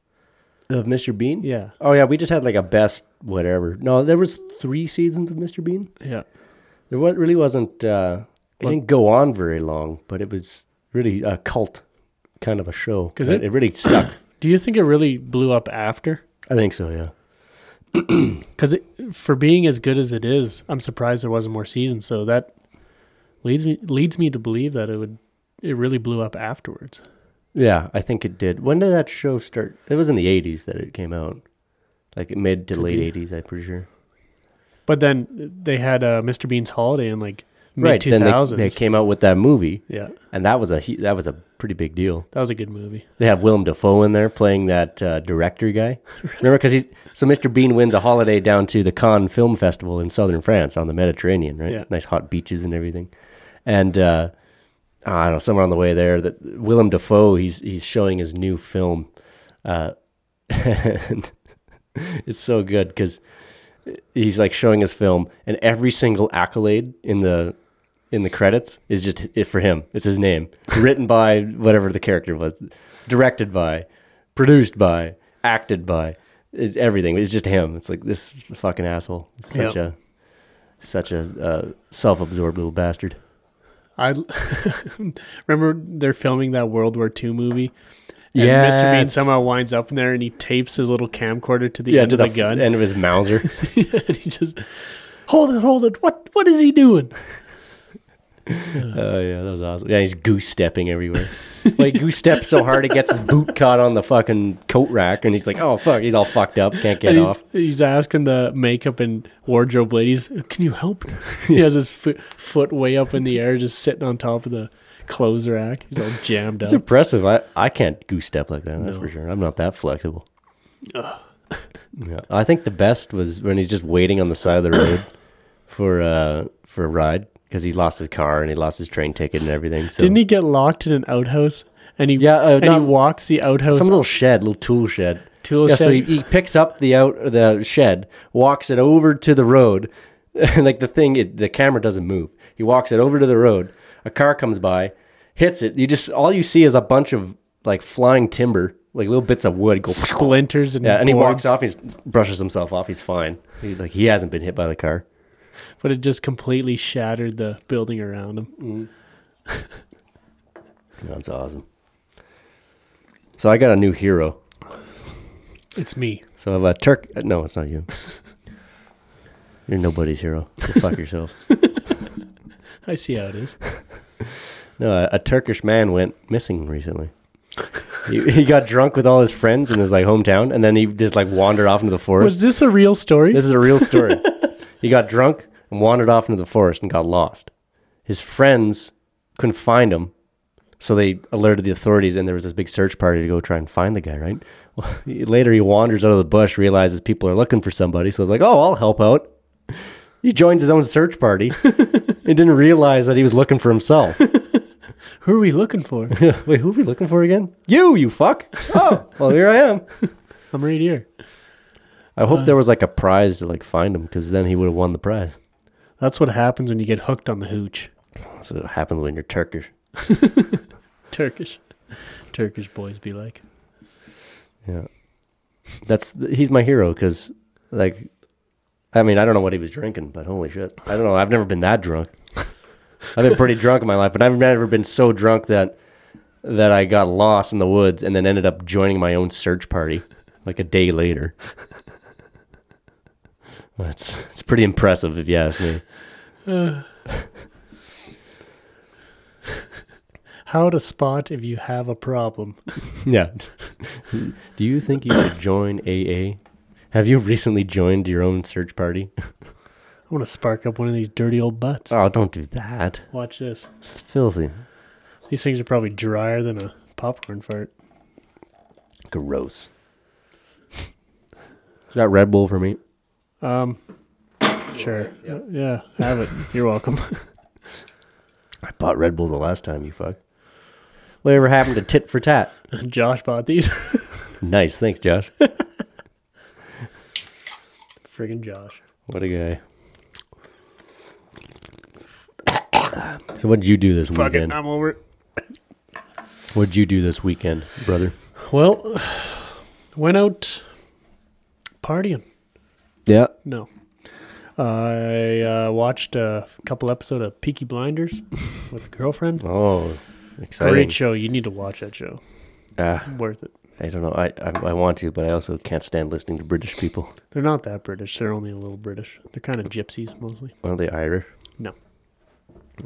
[SPEAKER 2] of Mr. Bean.
[SPEAKER 1] Yeah,
[SPEAKER 2] Oh yeah, we just had like a best whatever. No, there was three seasons of Mr. Bean.
[SPEAKER 1] yeah.
[SPEAKER 2] There wa- really wasn't. Uh, it didn't go on very long, but it was really a cult kind of a show.
[SPEAKER 1] 'Cause
[SPEAKER 2] It,
[SPEAKER 1] it-
[SPEAKER 2] it really stuck.
[SPEAKER 1] Do you think it really blew up after?
[SPEAKER 2] I think so. Yeah.
[SPEAKER 1] Because for being as good as it is, I'm surprised there wasn't more seasons. So that leads me leads me to believe that it would it really blew up afterwards.
[SPEAKER 2] Yeah, I think it did. When did that show start? It was in the '80s that it came out, like mid to late '80s. I'm pretty sure.
[SPEAKER 1] But then they had uh, Mr. Bean's Holiday in like mid
[SPEAKER 2] Right.
[SPEAKER 1] two
[SPEAKER 2] Then they, they
[SPEAKER 1] thousands.
[SPEAKER 2] came out with that movie,
[SPEAKER 1] Yeah,
[SPEAKER 2] and that was a hu- that was a pretty big deal.
[SPEAKER 1] that was a good movie.
[SPEAKER 2] They have Willem Dafoe in there playing that uh, director guy. Remember, because he's so Mr. Bean wins a holiday down to the Cannes Film Festival in southern France on the Mediterranean, right?
[SPEAKER 1] Yeah.
[SPEAKER 2] Nice hot beaches and everything. And uh, I don't know, somewhere on the way there, that Willem Dafoe he's he's showing his new film, uh, and it's so good because he's like showing his film, and every single accolade in the in the credits is just it for him. It's his name, written by whatever the character was, directed by, produced by, acted by, it, everything. It's just him. It's like this fucking asshole.
[SPEAKER 1] Yep.
[SPEAKER 2] Such a such a uh, self-absorbed little bastard.
[SPEAKER 1] I remember they're filming that World War II movie. And Mr. Bean
[SPEAKER 2] Yes.
[SPEAKER 1] somehow winds up in there and he tapes his little camcorder to the end
[SPEAKER 2] to
[SPEAKER 1] of the, gun.
[SPEAKER 2] end of his Mauser.
[SPEAKER 1] and he just hold it, hold it. What what is he doing?
[SPEAKER 2] Oh yeah, that was awesome. Yeah, he's goose stepping everywhere. like goose steps so hard it gets his boot caught on the fucking coat rack, and he's like, "Oh fuck," he's all fucked up, can't get
[SPEAKER 1] and he's,
[SPEAKER 2] off.
[SPEAKER 1] he's asking the makeup and wardrobe ladies, "Can you help?" he has his foot, foot way up in the air, just sitting on top of the clothes rack. He's all jammed
[SPEAKER 2] It's
[SPEAKER 1] up.
[SPEAKER 2] impressive. I, I can't goose step like that. That's
[SPEAKER 1] No.
[SPEAKER 2] for sure. I'm not that flexible. yeah, I think the best was when he's just waiting on the side of the road for uh for a ride because he lost his car and he lost his train ticket and everything. So
[SPEAKER 1] Didn't he get locked in an outhouse? And he
[SPEAKER 2] Yeah, uh,
[SPEAKER 1] and he
[SPEAKER 2] not-
[SPEAKER 1] walks the outhouse
[SPEAKER 2] some little shed, little tool shed.
[SPEAKER 1] tool
[SPEAKER 2] yeah,
[SPEAKER 1] shed.
[SPEAKER 2] so he, he picks up the out the shed, walks it over to the road, and like the thing, it, the camera doesn't move. He walks it over to the road. A car comes by, hits it. You just all you see is a bunch of like flying timber, like little bits of wood go.
[SPEAKER 1] splinters and
[SPEAKER 2] Yeah, and he
[SPEAKER 1] boards,
[SPEAKER 2] walks off. He brushes himself off. He's fine. He's like he hasn't been hit by the car.
[SPEAKER 1] but it just completely shattered the building around him.
[SPEAKER 2] That's awesome. So I got a new hero.
[SPEAKER 1] It's me.
[SPEAKER 2] So I have a Turk. uh, No, it's not you. You're nobody's hero. Go fuck yourself.
[SPEAKER 1] I see how it is.
[SPEAKER 2] No, a, a Turkish man went missing recently. he, he got drunk with all his friends in his like hometown, and then he just like wandered off into the forest.
[SPEAKER 1] Was this a real story?
[SPEAKER 2] This is a real story. he got drunk and wandered off into the forest and got lost. His friends couldn't find him, so they alerted the authorities, and there was this big search party to go try and find the guy, right? Well, later, he wanders out of the bush, realizes people are looking for somebody, so he's like, oh, I'll help out. He joined his own search party and didn't realize that he was looking for himself.
[SPEAKER 1] Who are we looking for?
[SPEAKER 2] Wait, who are we looking for again? You, you fuck. Oh, well, here I am.
[SPEAKER 1] I'm right here.
[SPEAKER 2] I hope there was like a prize to like find him because then he would have won the prize.
[SPEAKER 1] That's what happens when you get hooked on the hooch.
[SPEAKER 2] So it happens when you're Turkish.
[SPEAKER 1] Turkish. Turkish boys be like.
[SPEAKER 2] Yeah, that's he's my hero because, like, I mean, I don't know what he was drinking, but holy shit, I don't know. I've never been that drunk. I've been pretty drunk in my life, but I've never been so drunk that that I got lost in the woods and then ended up joining my own search party like a day later. That's it's pretty impressive if you ask me.
[SPEAKER 1] How to spot if you have a problem.
[SPEAKER 2] Yeah. Do you think you should join AA? Have you recently joined your own search party?
[SPEAKER 1] I want to spark up one of these dirty old butts.
[SPEAKER 2] Oh, don't do that.
[SPEAKER 1] Watch this.
[SPEAKER 2] It's filthy.
[SPEAKER 1] These things are probably drier than a popcorn fart.
[SPEAKER 2] Gross. Is that Red Bull for me?
[SPEAKER 1] Um, sure. Yeah. have it. You're welcome.
[SPEAKER 2] I bought Red Bull the last time, you fuck. Whatever happened to tit for tat?
[SPEAKER 1] Josh bought these.
[SPEAKER 2] Nice, thanks, Josh.
[SPEAKER 1] Friggin' Josh.
[SPEAKER 2] What a guy. So what did you do this
[SPEAKER 1] Fuck it.
[SPEAKER 2] weekend?
[SPEAKER 1] I'm over it.
[SPEAKER 2] What did you do this weekend, brother?
[SPEAKER 1] Well, went out partying.
[SPEAKER 2] Yeah.
[SPEAKER 1] No. I uh, watched a couple episode of Peaky Blinders with a girlfriend.
[SPEAKER 2] Oh, exciting.
[SPEAKER 1] Great show. You need to watch that show.
[SPEAKER 2] Ah,
[SPEAKER 1] Worth it.
[SPEAKER 2] I don't know. I, I I want to, but I also can't stand listening to British people.
[SPEAKER 1] They're not that British. They're only a little British. They're kind of gypsies mostly.
[SPEAKER 2] Aren't they Irish?
[SPEAKER 1] No.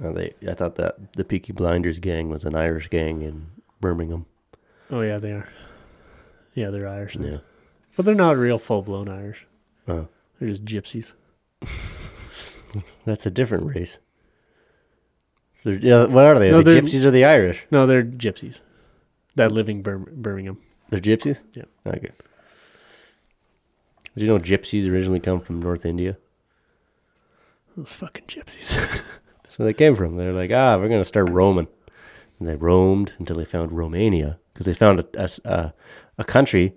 [SPEAKER 2] Are they? I thought that the Peaky Blinders gang was an Irish gang in Birmingham.
[SPEAKER 1] Oh yeah, they are. Yeah, they're Irish.
[SPEAKER 2] Yeah.
[SPEAKER 1] But they're not real full blown Irish.
[SPEAKER 2] Oh,
[SPEAKER 1] They're just gypsies.
[SPEAKER 2] that's a different race. They're, yeah, what are they? Are
[SPEAKER 1] No,
[SPEAKER 2] they
[SPEAKER 1] they're-
[SPEAKER 2] gypsies or the Irish?
[SPEAKER 1] No, they're gypsies that live in Bir- Birmingham.
[SPEAKER 2] They're gypsies.
[SPEAKER 1] Yeah.
[SPEAKER 2] Okay. Did you know gypsies originally come from North India?
[SPEAKER 1] Those fucking gypsies.
[SPEAKER 2] That's where they came from. They're like, ah, we're gonna start roaming, and they roamed until they found Romania because they found a, a s- a- a country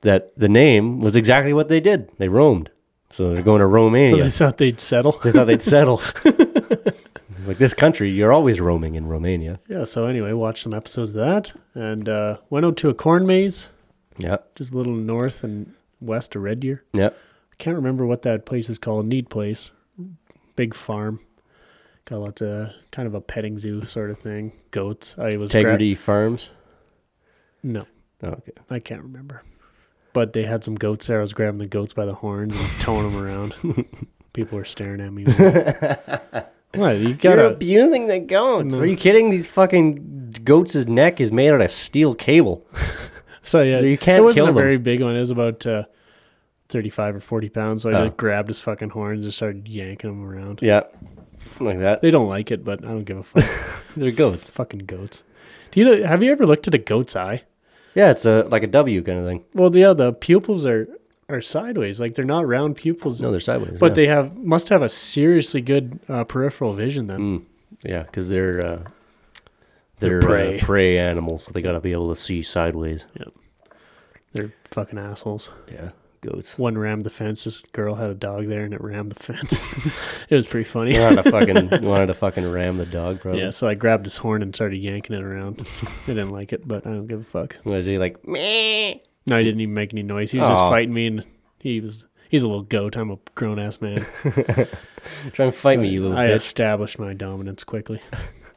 [SPEAKER 2] that the name was exactly what they did. They roamed, so they're going to
[SPEAKER 1] so
[SPEAKER 2] Romania.
[SPEAKER 1] they thought they'd settle.
[SPEAKER 2] they thought they'd settle. It's like this country, you're always roaming in Romania.
[SPEAKER 1] Yeah. So anyway, watched some episodes of that and uh, went out to a corn maze,
[SPEAKER 2] Yeah,
[SPEAKER 1] just a little north and west of Red Deer.
[SPEAKER 2] yeah.
[SPEAKER 1] I can't remember what that place is called. Need place, big farm. Got lots of kind of a petting zoo sort of thing. Goats. I was gra-
[SPEAKER 2] Integrity Farms.
[SPEAKER 1] no.
[SPEAKER 2] Oh, okay.
[SPEAKER 1] I can't remember. But they had some goats there. I was grabbing the goats by the horns and towing them around. People were staring at me. what? You
[SPEAKER 2] You're
[SPEAKER 1] gotta.
[SPEAKER 2] abusing the goats. Are you kidding? These fucking goats' neck is made out of steel cable.
[SPEAKER 1] So yeah,
[SPEAKER 2] you can't
[SPEAKER 1] It wasn't
[SPEAKER 2] kill
[SPEAKER 1] a
[SPEAKER 2] them.
[SPEAKER 1] very big one. It was about uh, thirty-five or forty pounds. So I
[SPEAKER 2] Oh.
[SPEAKER 1] just grabbed his fucking horns and started yanking him around.
[SPEAKER 2] Yeah, like that.
[SPEAKER 1] They don't like it, but I don't give a fuck.
[SPEAKER 2] They're goats.
[SPEAKER 1] fucking goats. Do you know, have you ever looked at a goat's eye?
[SPEAKER 2] Yeah, it's a like a W kind of thing.
[SPEAKER 1] Well, yeah, the pupils are are sideways. Like they're not round pupils.
[SPEAKER 2] No, they're sideways.
[SPEAKER 1] but
[SPEAKER 2] yeah.
[SPEAKER 1] they have must have a seriously good uh, peripheral vision
[SPEAKER 2] Mm.
[SPEAKER 1] then.
[SPEAKER 2] Hmm. Yeah, because they're uh,
[SPEAKER 1] They're
[SPEAKER 2] they're,
[SPEAKER 1] prey.
[SPEAKER 2] prey. Uh, prey animals, so they got to be able to see sideways.
[SPEAKER 1] They're fucking assholes.
[SPEAKER 2] Yeah, goats.
[SPEAKER 1] One rammed the fence. This girl had a dog there, and it rammed the fence. it was pretty funny.
[SPEAKER 2] wanted to fucking wanted to fucking ram the dog, probably.
[SPEAKER 1] Yeah, so I grabbed his horn and started yanking it around. I didn't like it, but I don't give a fuck.
[SPEAKER 2] Was he like meh?
[SPEAKER 1] No, he didn't even make any noise. He was just
[SPEAKER 2] Aw.
[SPEAKER 1] fighting me, and he was. He's a little goat. I'm a grown ass man.
[SPEAKER 2] Try and fight me, you little
[SPEAKER 1] I
[SPEAKER 2] bitch.
[SPEAKER 1] established my dominance quickly,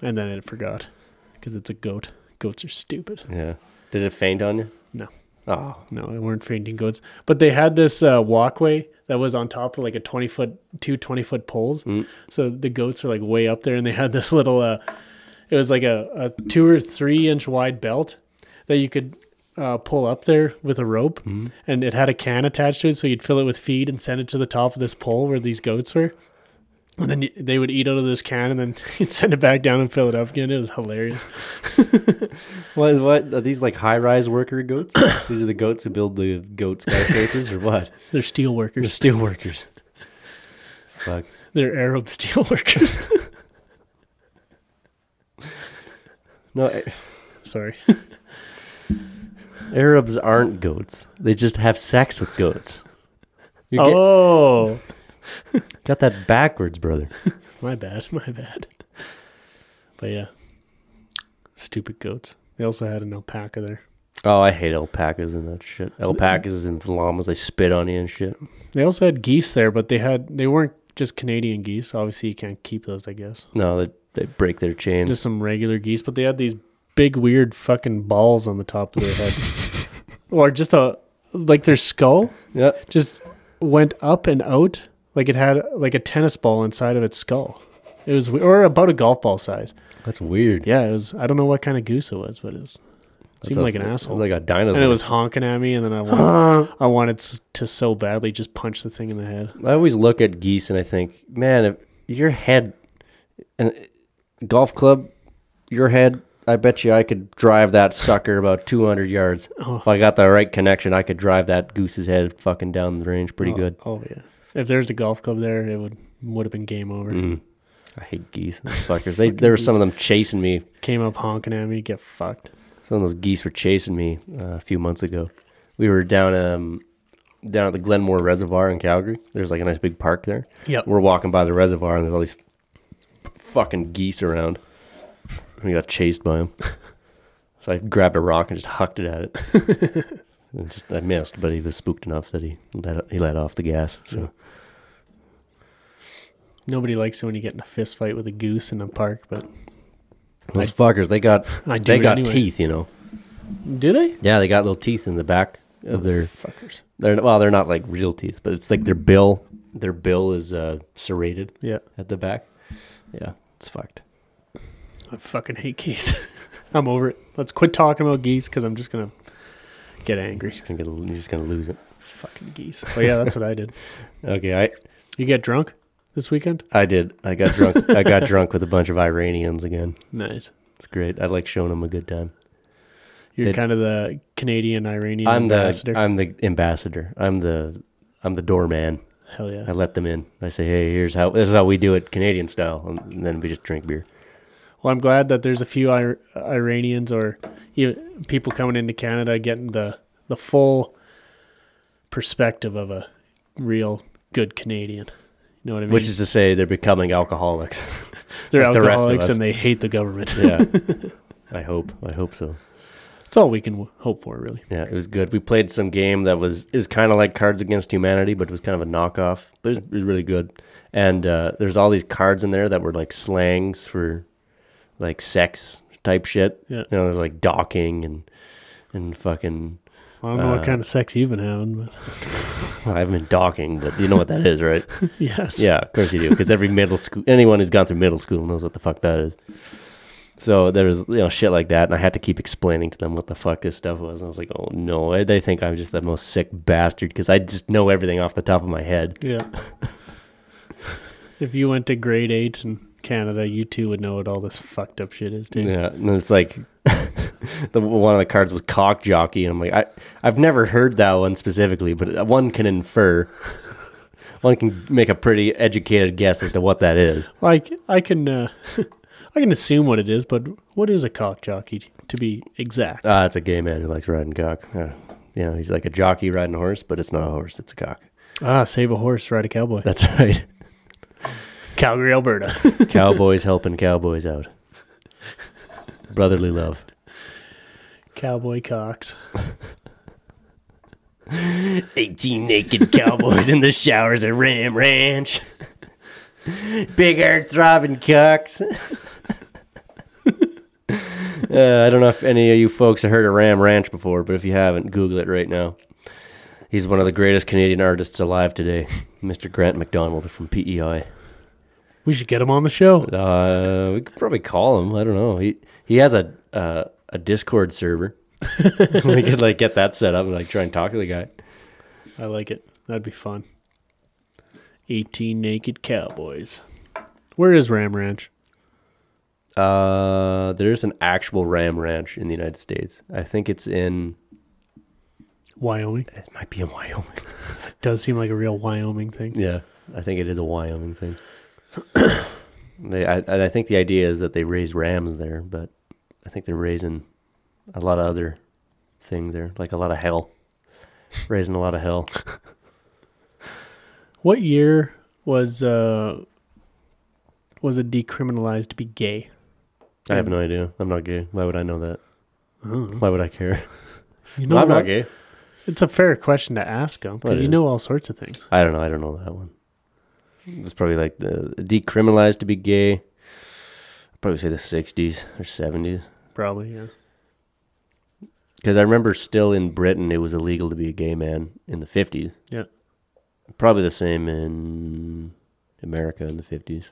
[SPEAKER 1] and then it forgot because it's a goat. Goats are stupid.
[SPEAKER 2] Yeah. Did it faint on you?
[SPEAKER 1] No.
[SPEAKER 2] Oh.
[SPEAKER 1] No, they weren't fainting goats. But they had this uh, walkway that was on top of like a 20 foot, two 20 foot poles. So the goats were like way up there. And they had this little, uh, it was like a, a two or three inch wide belt that you could uh, pull up there with a rope. And it had a can attached to it. So you'd fill it with feed and send it to the top of this pole where these goats were. And then y- they would eat out of this can and then you'd send it back down and fill it up again. It was hilarious.
[SPEAKER 2] What? What? Are these like high-rise worker goats? these are the goats who build the goat skyscrapers, or what?
[SPEAKER 1] They're steel
[SPEAKER 2] They're
[SPEAKER 1] workers,
[SPEAKER 2] steel workers. Fuck.
[SPEAKER 1] they're Arab steel workers.
[SPEAKER 2] No, A-
[SPEAKER 1] Sorry.
[SPEAKER 2] Arabs aren't goats. They just have sex with goats. You get-
[SPEAKER 1] Oh.
[SPEAKER 2] got that backwards, brother.
[SPEAKER 1] My bad, my bad. But yeah, stupid goats. They also had an alpaca there.
[SPEAKER 2] Oh, I hate alpacas and that shit. Alpacas and llamas, they spit on you and shit.
[SPEAKER 1] They also had geese there, but they had they weren't just Canadian geese. Obviously, you can't keep those, I guess.
[SPEAKER 2] No, they they break their chains.
[SPEAKER 1] Just some regular geese, but they had these big weird fucking balls on the top of their head, or just a like their skull
[SPEAKER 2] yeah.
[SPEAKER 1] just went up and out like it had like a tennis ball inside of its skull. It was we- or about a golf ball size.
[SPEAKER 2] That's weird.
[SPEAKER 1] Yeah, it was. I don't know what kind of goose it was, but it was,
[SPEAKER 2] That's
[SPEAKER 1] seemed
[SPEAKER 2] a-
[SPEAKER 1] like an asshole.
[SPEAKER 2] Like a dinosaur.
[SPEAKER 1] and it was honking at me, and then I wanted, I wanted s- to so badly just punch the thing in the head.
[SPEAKER 2] I always look at geese and I think, man, if your head and golf club, your head. I bet you I could drive that sucker about 200 yards.
[SPEAKER 1] Oh.
[SPEAKER 2] If I got the right connection, I could drive that goose's head fucking down the range pretty good.
[SPEAKER 1] Oh yeah, if there's a golf club there, it would would have been game over.
[SPEAKER 2] Mm. I hate geese, those fuckers. They there were some of them chasing me.
[SPEAKER 1] Came up honking at me, get fucked.
[SPEAKER 2] Some of those geese were chasing me uh, a few months ago. We were down um down at the Glenmore Reservoir in Calgary. There's like a nice big park there.
[SPEAKER 1] Yep.
[SPEAKER 2] We're walking by the reservoir and there's all these fucking geese around. We got chased by them. so I grabbed a rock and just hucked it at it. and just I missed, but he was spooked enough that he let he let off the gas. So
[SPEAKER 1] Nobody likes it when you get in a fist fight with a goose in a park, but
[SPEAKER 2] those fuckers, they got
[SPEAKER 1] I do
[SPEAKER 2] they
[SPEAKER 1] it
[SPEAKER 2] got
[SPEAKER 1] anyway.
[SPEAKER 2] teeth, you know.
[SPEAKER 1] do they?
[SPEAKER 2] Yeah, they got little teeth in the back of their.
[SPEAKER 1] Fuckers.
[SPEAKER 2] They're well, they're not like real teeth, but it's like their bill. Their bill is uh, serrated
[SPEAKER 1] Yeah,
[SPEAKER 2] at the back. Yeah, it's fucked.
[SPEAKER 1] I fucking hate geese. I'm over it. Let's quit talking about geese because I'm just gonna get angry.
[SPEAKER 2] Just gonna get, you're just gonna lose it.
[SPEAKER 1] Fucking geese. But yeah, that's what I did.
[SPEAKER 2] Okay, I
[SPEAKER 1] You get drunk this weekend?
[SPEAKER 2] I did. I got drunk. I got drunk with a bunch of Iranians again.
[SPEAKER 1] Nice.
[SPEAKER 2] It's great. I like showing them a good time.
[SPEAKER 1] You're
[SPEAKER 2] Did-
[SPEAKER 1] kind of the Canadian Iranian
[SPEAKER 2] I'm
[SPEAKER 1] ambassador.
[SPEAKER 2] the I'm the ambassador. I'm the I'm the doorman.
[SPEAKER 1] Hell yeah.
[SPEAKER 2] I let them in. I say, hey, here's how this is how we do it Canadian style, and, then we just drink beer.
[SPEAKER 1] Well, I'm glad that there's a few Ir- Iranians or you, people coming into Canada getting the the full perspective of a real good Canadian. You know what I mean?
[SPEAKER 2] Which is to say, they're becoming alcoholics.
[SPEAKER 1] they're
[SPEAKER 2] like the rest of
[SPEAKER 1] alcoholics
[SPEAKER 2] us.
[SPEAKER 1] and they hate the government.
[SPEAKER 2] yeah, I hope. I hope so.
[SPEAKER 1] That's all we can w- hope for, really.
[SPEAKER 2] Yeah, it was good. We played some game that was it was kind of like Cards Against Humanity, but it was kind of a knockoff. But it was, it was really good. And uh, there's all these cards in there that were like slangs for like sex type shit.
[SPEAKER 1] Yeah.
[SPEAKER 2] You know, there's like docking and and fucking.
[SPEAKER 1] I don't know
[SPEAKER 2] Uh,
[SPEAKER 1] what kind of sex you've been having,
[SPEAKER 2] Well, I haven't been docking, but you know what that is, right?
[SPEAKER 1] but yes.
[SPEAKER 2] Yeah, of course you do, because every middle school, anyone who's gone through middle school knows what the fuck that is. So there was you know shit like that, and I had to keep explaining to them what the fuck this stuff was. And I was like, oh no, I- they think I'm just the most sick bastard because I just know everything off the top of my head.
[SPEAKER 1] Yeah. if you went to grade eight in Canada, you too would know what all this fucked up shit is, dude.
[SPEAKER 2] Yeah, and then it's like the one of the cards was cock jockey, and I'm like, I I've never heard that one specifically, but one can infer. One can make a pretty educated guess as to what that is.
[SPEAKER 1] Like I can, uh, I can assume what it is, but what is a cock jockey to be exact?
[SPEAKER 2] Ah, it's a gay man who likes riding cock. Uh, you know, he's like a jockey riding a horse, but it's not a horse, it's a cock.
[SPEAKER 1] Ah, save a horse, ride a cowboy.
[SPEAKER 2] That's right.
[SPEAKER 1] Calgary, Alberta.
[SPEAKER 2] cowboys helping cowboys out. Brotherly love.
[SPEAKER 1] cowboy cocks.
[SPEAKER 2] 18 naked cowboys in the showers at Ram Ranch. Big hard throbbing cocks. uh, I don't know if any of you folks have heard of Ram Ranch before, but if you haven't, Google it right now. He's one of the greatest Canadian artists alive today, Mr. Grant McDonald from E PEI.
[SPEAKER 1] We should get him on the show.
[SPEAKER 2] Uh, we could probably call him. I don't know. He he has a uh, a Discord server. we could like get that set up and like try and talk to the guy.
[SPEAKER 1] I like it. That'd be fun. 18 naked cowboys. Where is Ram Ranch?
[SPEAKER 2] Uh, there's an actual ram ranch in the United States. I think it's in.
[SPEAKER 1] Wyoming.
[SPEAKER 2] It might be in Wyoming.
[SPEAKER 1] Does seem like a real Wyoming thing.
[SPEAKER 2] Yeah, I think it is a Wyoming thing. they, I, and I think the idea is that they raise rams there, but I think they're raising a lot of other things there, like a lot of hell, raising a lot of hell.
[SPEAKER 1] What year was uh was it decriminalized to be gay?
[SPEAKER 2] I have no idea. I'm not gay. Why would I know that?
[SPEAKER 1] Oh.
[SPEAKER 2] Why would I care?
[SPEAKER 1] You
[SPEAKER 2] I'm
[SPEAKER 1] what?
[SPEAKER 2] not gay.
[SPEAKER 1] It's a fair question to ask them
[SPEAKER 2] Well,
[SPEAKER 1] because
[SPEAKER 2] it
[SPEAKER 1] you
[SPEAKER 2] is.
[SPEAKER 1] know all sorts of things.
[SPEAKER 2] I don't know. I don't know that one. It's probably like the decriminalized to be gay. I'd probably say the 60s or 70s.
[SPEAKER 1] Probably, yeah.
[SPEAKER 2] Because I remember still in Britain, it was illegal to be a gay man in the 50s.
[SPEAKER 1] Yeah.
[SPEAKER 2] Probably the same in America in the 50s.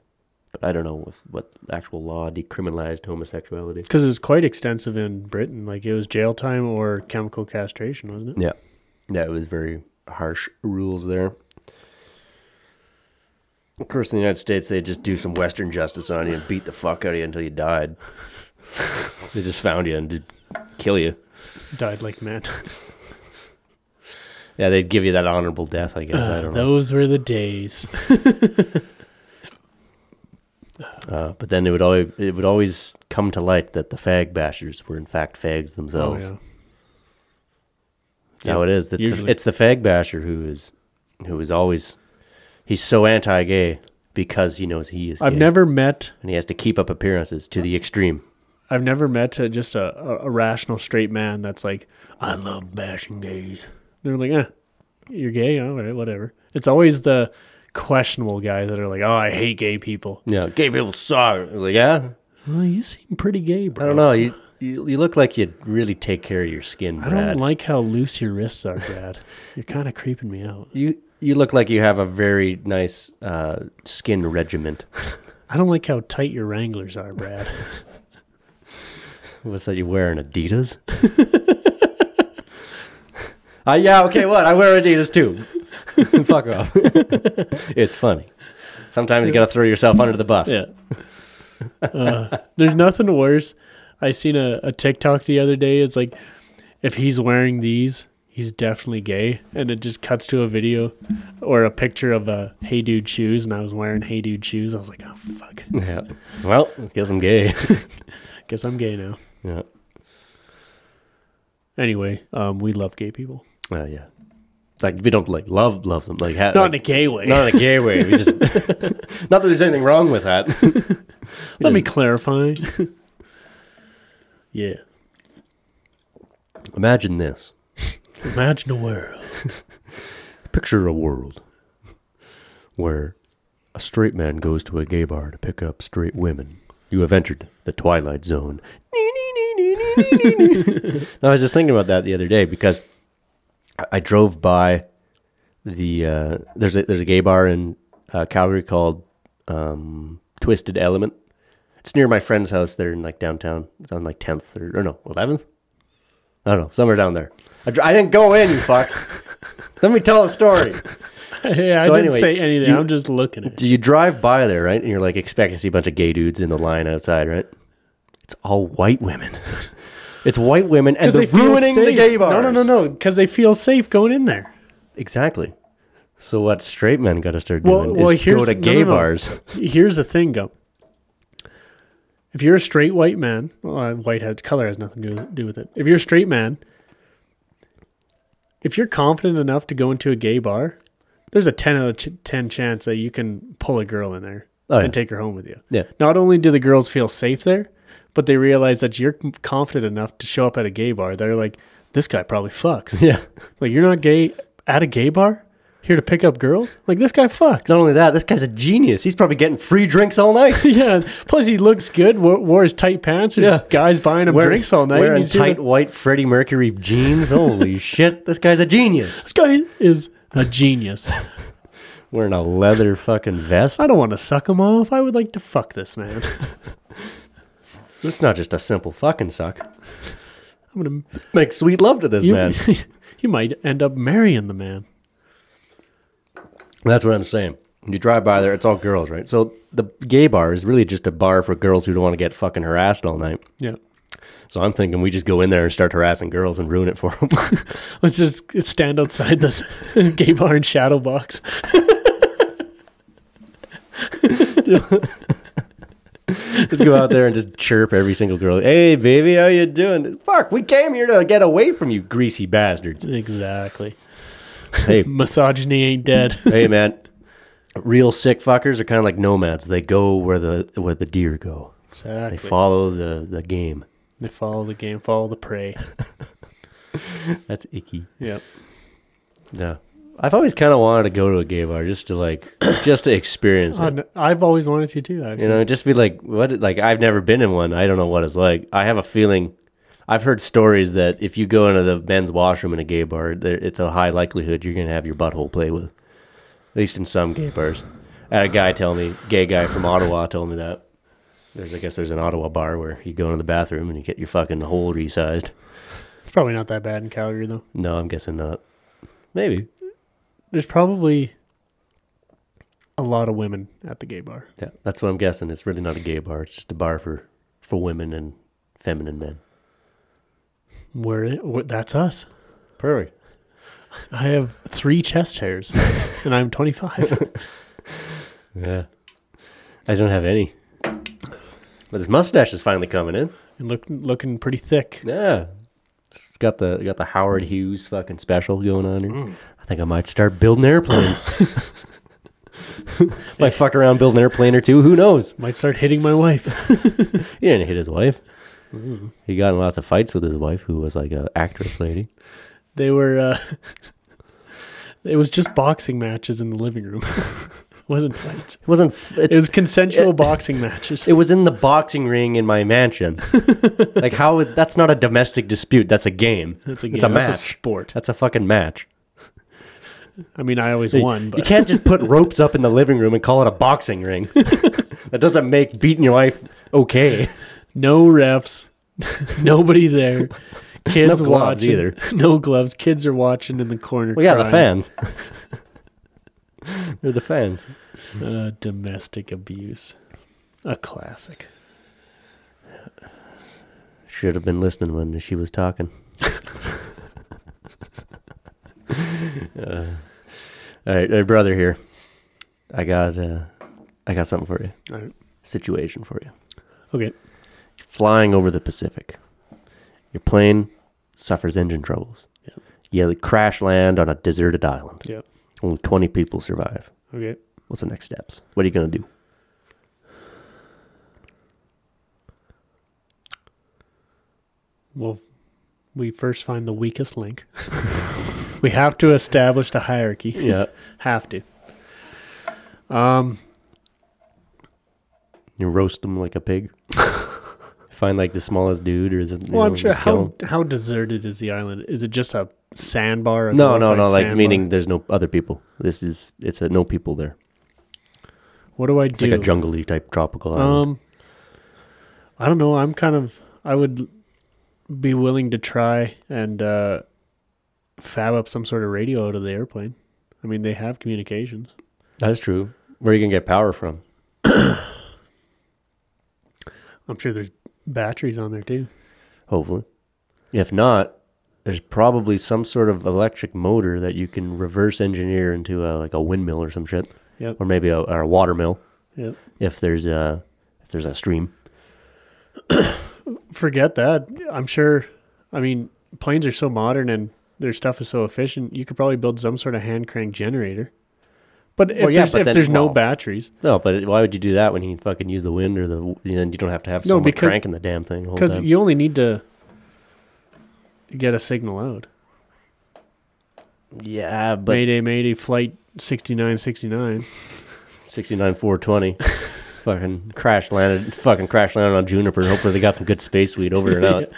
[SPEAKER 2] But I don't know if, what actual law decriminalized homosexuality.
[SPEAKER 1] Because it was quite extensive in Britain. Like it was jail time or chemical castration, wasn't it?
[SPEAKER 2] Yeah. Yeah, it was very harsh rules there. Of course, in the United States, they just do some Western justice on you and beat the fuck out of you until you died. they just found you and did kill you.
[SPEAKER 1] Died like men.
[SPEAKER 2] Yeah, they'd give you that honorable death, I guess. I don't know.
[SPEAKER 1] Those were the days.
[SPEAKER 2] Uh, but then it would always it would always come to light that the fag bashers were in fact fags
[SPEAKER 1] Oh,
[SPEAKER 2] themselves.
[SPEAKER 1] yeah.
[SPEAKER 2] That's how it is. It's the,
[SPEAKER 1] Usually.
[SPEAKER 2] it's the fag basher who is who is always he's so anti-gay because he knows he is.
[SPEAKER 1] I've
[SPEAKER 2] gay.
[SPEAKER 1] never met
[SPEAKER 2] and he has to keep up appearances to the extreme.
[SPEAKER 1] I've never met uh just a, a, a rational straight man that's like, I love bashing gays. They're like, eh, you're gay, all right, whatever. It's always the questionable guys that are like, oh, I hate gay people.
[SPEAKER 2] Yeah, gay people suck. I was like, yeah,
[SPEAKER 1] Well, you seem pretty gay,
[SPEAKER 2] I
[SPEAKER 1] bro.
[SPEAKER 2] don't know. You, you you look like you really take care of your skin,
[SPEAKER 1] I
[SPEAKER 2] Brad.
[SPEAKER 1] don't like how loose your wrists are, Brad. you're kind of creeping me out.
[SPEAKER 2] you you look like you have a very nice uh, skin regiment.
[SPEAKER 1] I don't like how tight your Wranglers are, Brad.
[SPEAKER 2] What's that you wear? An Adidas? uh, yeah, okay, what? I wear Adidas too. Fuck off. it's funny. Sometimes you gotta throw yourself under the bus.
[SPEAKER 1] Yeah. Uh, there's nothing worse. I seen a, a TikTok the other day. It's like, if he's wearing these, he's definitely gay. And it just cuts to a video or a picture of a Hey Dude shoes. And I was wearing Hey Dude shoes. I was like, oh, fuck.
[SPEAKER 2] Yeah. Well, guess I'm gay.
[SPEAKER 1] Guess I'm gay now.
[SPEAKER 2] yeah.
[SPEAKER 1] Anyway, um, we love gay people.
[SPEAKER 2] Uh, yeah. Like we don't like love love them. Like ha-
[SPEAKER 1] Not
[SPEAKER 2] like,
[SPEAKER 1] in a gay way.
[SPEAKER 2] not in a gay way. We just not that there's anything wrong with that.
[SPEAKER 1] Let me clarify. yeah.
[SPEAKER 2] Imagine this.
[SPEAKER 1] Imagine a world.
[SPEAKER 2] Picture a world where a straight man goes to a gay bar to pick up straight women. You have entered the twilight zone. no, I was just thinking about that the other day because I- I drove by the uh, there's a there's a gay bar in uh, Calgary called um, Twisted Element. It's near my friend's house there in like downtown. It's on like 10th or, or no 11th. I don't know somewhere down there. I, dr- I didn't go in, you fuck. Let me tell a story.
[SPEAKER 1] yeah, I
[SPEAKER 2] So
[SPEAKER 1] didn't
[SPEAKER 2] anyway,
[SPEAKER 1] say anything.
[SPEAKER 2] you-
[SPEAKER 1] I'm just looking at it.
[SPEAKER 2] Do you drive by there, right? And you're like expecting to see a bunch of gay dudes in the line outside, right? It's all white women. it's white women, and they're
[SPEAKER 1] feel
[SPEAKER 2] ruining the
[SPEAKER 1] safe.
[SPEAKER 2] gay bars.
[SPEAKER 1] No, no, no, no. Because they feel safe going in there.
[SPEAKER 2] Exactly. So what straight men got to start
[SPEAKER 1] Well-
[SPEAKER 2] doing
[SPEAKER 1] well,
[SPEAKER 2] is
[SPEAKER 1] here's-
[SPEAKER 2] go to
[SPEAKER 1] no,
[SPEAKER 2] gay
[SPEAKER 1] no, no.
[SPEAKER 2] bars.
[SPEAKER 1] Here's the thing, Gump. If you're a straight white man, well, uh, white has color has nothing to do- do with it. If you're a straight man, if you're confident enough to go into a gay bar, there's a 10 out of ch- 10 chance that you can pull a girl in there
[SPEAKER 2] Oh, yeah.
[SPEAKER 1] and take her home with you.
[SPEAKER 2] Yeah.
[SPEAKER 1] Not only do the girls feel safe there, but they realize that you're c- confident enough to show up at a gay bar. They're like, this guy probably fucks.
[SPEAKER 2] Yeah.
[SPEAKER 1] like, you're not gay at a gay bar? Here to pick up girls? Like, this guy fucks.
[SPEAKER 2] Not only that, this guy's a genius. He's probably getting free drinks all night.
[SPEAKER 1] yeah. Plus, he looks good, wore, wore his tight pants. There's
[SPEAKER 2] Yeah.
[SPEAKER 1] guys buying him drinks all night. and
[SPEAKER 2] Wearing
[SPEAKER 1] you see the-
[SPEAKER 2] tight white Freddie Mercury jeans. Holy shit, this guy's a genius.
[SPEAKER 1] This guy is a genius.
[SPEAKER 2] Wearing a leather fucking vest.
[SPEAKER 1] I don't want to suck him off. I would like to fuck this man.
[SPEAKER 2] It's not just a simple fucking suck.
[SPEAKER 1] I'm gonna
[SPEAKER 2] Make sweet love to this
[SPEAKER 1] you,
[SPEAKER 2] man.
[SPEAKER 1] you might end up marrying the man.
[SPEAKER 2] That's what I'm saying. You drive by there, it's all girls, right? So the gay bar is really just a bar for girls who don't want to get fucking harassed all night.
[SPEAKER 1] Yeah.
[SPEAKER 2] So I'm thinking we just go in there and start harassing girls and ruin it for them.
[SPEAKER 1] Let's just stand outside this gay bar and shadow box.
[SPEAKER 2] just go out there and just chirp every single girl. Hey, baby, how you doing? Fuck, we came here to get away from you, greasy bastards.
[SPEAKER 1] Exactly.
[SPEAKER 2] Hey,
[SPEAKER 1] Misogyny ain't dead.
[SPEAKER 2] hey, man. Real sick fuckers are kind of like nomads. They go where the where the deer go. They
[SPEAKER 1] Exactly.
[SPEAKER 2] follow the the game.
[SPEAKER 1] They follow the game, follow the prey.
[SPEAKER 2] That's icky.
[SPEAKER 1] Yep.
[SPEAKER 2] No. I've always kind of wanted to go to a gay bar just to like, just to experience
[SPEAKER 1] Oh,
[SPEAKER 2] it.
[SPEAKER 1] no, I've always wanted to do that.
[SPEAKER 2] You know, just be like, what? Like, I've never been in one. I don't know what it's like. I have a feeling. I've heard stories that if you go into the men's washroom in a gay bar, there, it's a high likelihood you're gonna have your butthole play with. At least in some gay bars. I had a guy tell me, gay guy from Ottawa told me that. There's, I guess, there's an Ottawa bar where you go into the bathroom and you get your fucking hole resized.
[SPEAKER 1] It's probably not that bad in Calgary, though.
[SPEAKER 2] No, I'm guessing not. Maybe.
[SPEAKER 1] There's probably a lot of women at the gay bar.
[SPEAKER 2] Yeah, that's what I'm guessing. It's really not a gay bar. It's just a bar for for women and feminine men.
[SPEAKER 1] Where it, where- that's us.
[SPEAKER 2] Perfect.
[SPEAKER 1] I have three chest hairs, and I'm 25.
[SPEAKER 2] Yeah. I don't have any. But his mustache is finally coming in.
[SPEAKER 1] and look, looking pretty thick.
[SPEAKER 2] Yeah. It's got the got the Howard Hughes fucking special going on here. I think I might start building airplanes. might fuck around building an airplane or two. Who knows?
[SPEAKER 1] Might start hitting my wife.
[SPEAKER 2] He didn't hit his wife. He got in lots of fights with his wife, who was like a actress lady.
[SPEAKER 1] They were. Uh, it was just boxing matches in the living room. it wasn't fights.
[SPEAKER 2] It wasn't. F-
[SPEAKER 1] It
[SPEAKER 2] it's,
[SPEAKER 1] was consensual boxing matches.
[SPEAKER 2] it was in the boxing ring in my mansion. like how is that's not a domestic dispute? That's a game.
[SPEAKER 1] That's a
[SPEAKER 2] It's a
[SPEAKER 1] game. That's a
[SPEAKER 2] match.
[SPEAKER 1] sport.
[SPEAKER 2] That's a fucking match.
[SPEAKER 1] I mean, I always
[SPEAKER 2] Hey,
[SPEAKER 1] won,
[SPEAKER 2] You
[SPEAKER 1] but
[SPEAKER 2] can't just put ropes up in the living room and call it a boxing ring. that doesn't make beating your wife okay.
[SPEAKER 1] no refs, nobody there. Kids
[SPEAKER 2] No gloves
[SPEAKER 1] watching.
[SPEAKER 2] either.
[SPEAKER 1] No gloves. Kids are watching in the corner.
[SPEAKER 2] Well, yeah, the
[SPEAKER 1] crying.
[SPEAKER 2] fans. They're the fans.
[SPEAKER 1] Uh, domestic abuse, a classic.
[SPEAKER 2] Should have been listening when she was talking. Uh, all right, uh, brother here. I got uh, I got something for you.
[SPEAKER 1] All right.
[SPEAKER 2] Situation for you.
[SPEAKER 1] Okay.
[SPEAKER 2] flying over the Pacific. Your plane suffers engine troubles.
[SPEAKER 1] Yep.
[SPEAKER 2] You crash land on a deserted island.
[SPEAKER 1] Yep.
[SPEAKER 2] Only 20 people survive.
[SPEAKER 1] Okay.
[SPEAKER 2] What's the next steps? What are you going to do?
[SPEAKER 1] Well, we first find the weakest link. we have to establish the hierarchy. have to. Um,
[SPEAKER 2] You roast them like a pig. Find like the smallest dude or is it? you
[SPEAKER 1] well, I'm
[SPEAKER 2] know,
[SPEAKER 1] sure.
[SPEAKER 2] just kill
[SPEAKER 1] How
[SPEAKER 2] 'em.
[SPEAKER 1] how deserted is the island? Is it just a sandbar? a
[SPEAKER 2] No, no,
[SPEAKER 1] glorified
[SPEAKER 2] no. Like
[SPEAKER 1] sandbar?
[SPEAKER 2] meaning there's no other people. This is it's a no people there.
[SPEAKER 1] what do I
[SPEAKER 2] It's
[SPEAKER 1] do?
[SPEAKER 2] like a jungly type tropical island.
[SPEAKER 1] um, I don't know. I'm kind of. I would be willing to try and uh, fab up some sort of radio out of the airplane. I mean, they have communications.
[SPEAKER 2] That's true. Where are you gonna get power from?
[SPEAKER 1] I'm sure there's batteries on there too.
[SPEAKER 2] Hopefully. If not, there's probably some sort of electric motor that you can reverse engineer into a, like a windmill or some shit,
[SPEAKER 1] Yep.
[SPEAKER 2] or maybe a, or a water mill
[SPEAKER 1] Yep.
[SPEAKER 2] if there's a if there's a stream.
[SPEAKER 1] forget that. I'm sure. I mean, planes are so modern, and their stuff is so efficient, you could probably build some sort of hand crank generator. But if
[SPEAKER 2] Well, yeah,
[SPEAKER 1] there's,
[SPEAKER 2] but
[SPEAKER 1] if
[SPEAKER 2] then-
[SPEAKER 1] there's no
[SPEAKER 2] well,
[SPEAKER 1] batteries,
[SPEAKER 2] No, but why would you do that when he fucking use the wind or the? You know, you don't have to have
[SPEAKER 1] No,
[SPEAKER 2] someone
[SPEAKER 1] because-
[SPEAKER 2] cranking the damn thing. the whole
[SPEAKER 1] because
[SPEAKER 2] time.
[SPEAKER 1] you only need to get a signal out.
[SPEAKER 2] yeah, but
[SPEAKER 1] mayday, mayday, flight 6969.
[SPEAKER 2] sixty nine four twenty, fucking crash landed. Fucking crash landed on Juniper. Hopefully they got some good space weed over and out.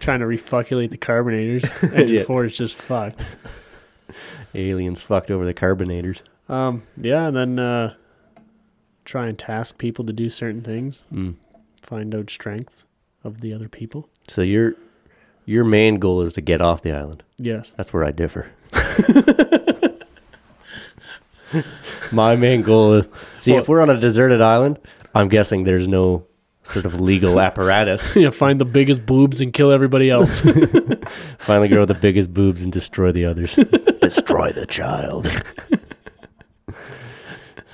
[SPEAKER 1] Trying to refucculate the carbonators. Engine
[SPEAKER 2] Yeah.
[SPEAKER 1] 4 is just fucked.
[SPEAKER 2] Aliens fucked over the carbonators.
[SPEAKER 1] Um, yeah, and then uh, try and task people to do certain things,
[SPEAKER 2] Mm.
[SPEAKER 1] find out strengths of the other people.
[SPEAKER 2] So your your main goal is to get off the island.
[SPEAKER 1] Yes.
[SPEAKER 2] That's where I differ. My main goal is see if we're on a deserted island. I'm guessing there's no sort of legal apparatus.
[SPEAKER 1] you know, find the biggest boobs and kill everybody else.
[SPEAKER 2] Finally, grow the biggest boobs and destroy the others. destroy the child.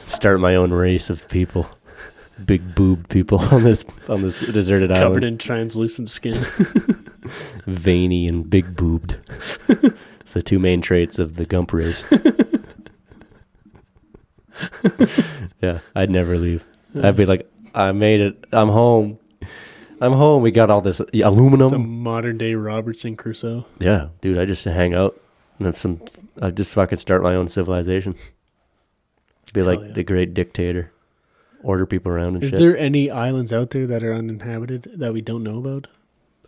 [SPEAKER 2] Start my own race of people, big boobed people on this on this deserted
[SPEAKER 1] covered
[SPEAKER 2] island,
[SPEAKER 1] in translucent skin.
[SPEAKER 2] veiny and big boobed. it's the two main traits of the Gump race. yeah, I'd never leave. I'd be like, I made it. I'm home. I'm home. We got all this aluminum.
[SPEAKER 1] Some modern day Robertson Crusoe.
[SPEAKER 2] Yeah, dude, I just hang out and have some. I just fucking start my own civilization. Be
[SPEAKER 1] Hell
[SPEAKER 2] like
[SPEAKER 1] yeah.
[SPEAKER 2] the great dictator, order people around and
[SPEAKER 1] Is
[SPEAKER 2] shit.
[SPEAKER 1] there any islands out there that are uninhabited that we don't know about?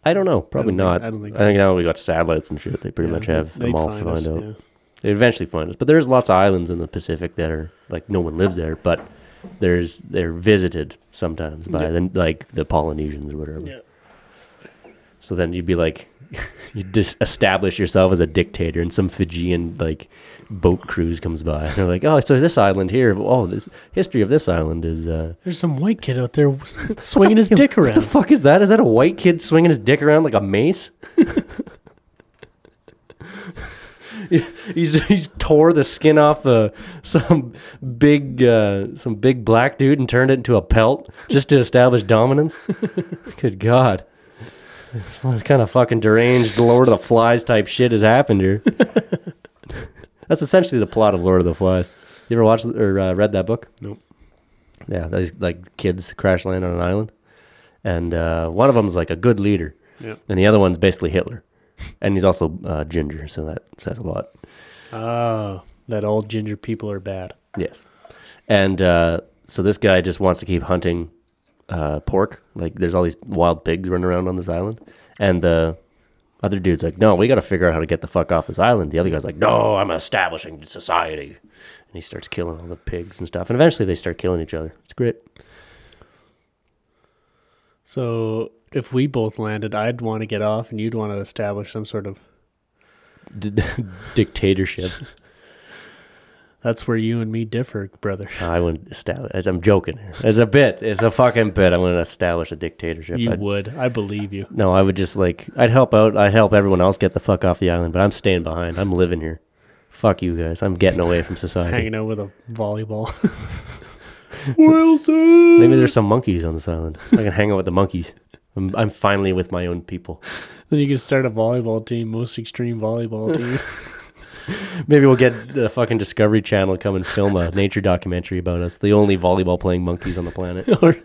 [SPEAKER 2] I don't know, probably
[SPEAKER 1] I don't
[SPEAKER 2] not.
[SPEAKER 1] Think, I don't
[SPEAKER 2] I,
[SPEAKER 1] think.
[SPEAKER 2] think, now we got satellites and shit. They pretty
[SPEAKER 1] Yeah,
[SPEAKER 2] much have
[SPEAKER 1] they'd
[SPEAKER 2] them all find
[SPEAKER 1] us,
[SPEAKER 2] out.
[SPEAKER 1] yeah.
[SPEAKER 2] They eventually find us, but there's lots of islands in the Pacific that are like no one lives there, but there's they're visited sometimes by
[SPEAKER 1] Yeah.
[SPEAKER 2] the, like the Polynesians or whatever.
[SPEAKER 1] Yeah.
[SPEAKER 2] So then you'd be like, you just establish yourself as a dictator, and some Fijian like boat cruise comes by, and they're like, oh, so this island here, oh, this history of this island is. Uh,
[SPEAKER 1] There's some white kid out there swinging his dick
[SPEAKER 2] What the
[SPEAKER 1] around.
[SPEAKER 2] fuck is that? Is that a white kid swinging his dick around like a mace? he's he's tore the skin off the some big uh, some big black dude and turned it into a pelt just to establish dominance. Good God. That's What kind of fucking deranged Lord of the Flies type shit has happened here? That's essentially the plot of Lord of the Flies. You ever watched or uh, read that book?
[SPEAKER 1] Nope.
[SPEAKER 2] Yeah, these like kids crash land on an island, and uh, one of them's like a good leader,
[SPEAKER 1] Yeah.
[SPEAKER 2] and the other one's basically Hitler, and he's also uh, ginger, so that says a lot.
[SPEAKER 1] Ah, that all ginger people are bad.
[SPEAKER 2] Yes. And uh, so this guy just wants to keep hunting uh, pork. Like there's all these wild pigs running around on this island. And the other dude's like, no, we got to figure out how to get the fuck off this island. The other guy's like, no, I'm establishing society. And he starts killing all the pigs and stuff. And eventually they start killing each other. It's great.
[SPEAKER 1] So if we both landed, I'd want to get off, and you'd want to establish some sort of.
[SPEAKER 2] D- dictatorship.
[SPEAKER 1] That's where you and me differ, brother.
[SPEAKER 2] I wouldn't establish. As I'm joking. here. It's a bit. It's a fucking bit. I'm going to establish a dictatorship.
[SPEAKER 1] You
[SPEAKER 2] I'd-
[SPEAKER 1] would. I believe you.
[SPEAKER 2] No, I would just like I'd help out. I'd help everyone else get the fuck off the island, but I'm staying behind. I'm living here. Fuck you guys. I'm getting away from society.
[SPEAKER 1] Hanging out with a volleyball. Wilson.
[SPEAKER 2] Maybe there's some monkeys on this island. I can hang out with the monkeys. I'm, I'm finally with my own people.
[SPEAKER 1] Then you can start a volleyball team, most extreme volleyball team.
[SPEAKER 2] Maybe we'll get the fucking Discovery Channel to come and film a nature documentary about us. The only volleyball playing monkeys on the planet.
[SPEAKER 1] or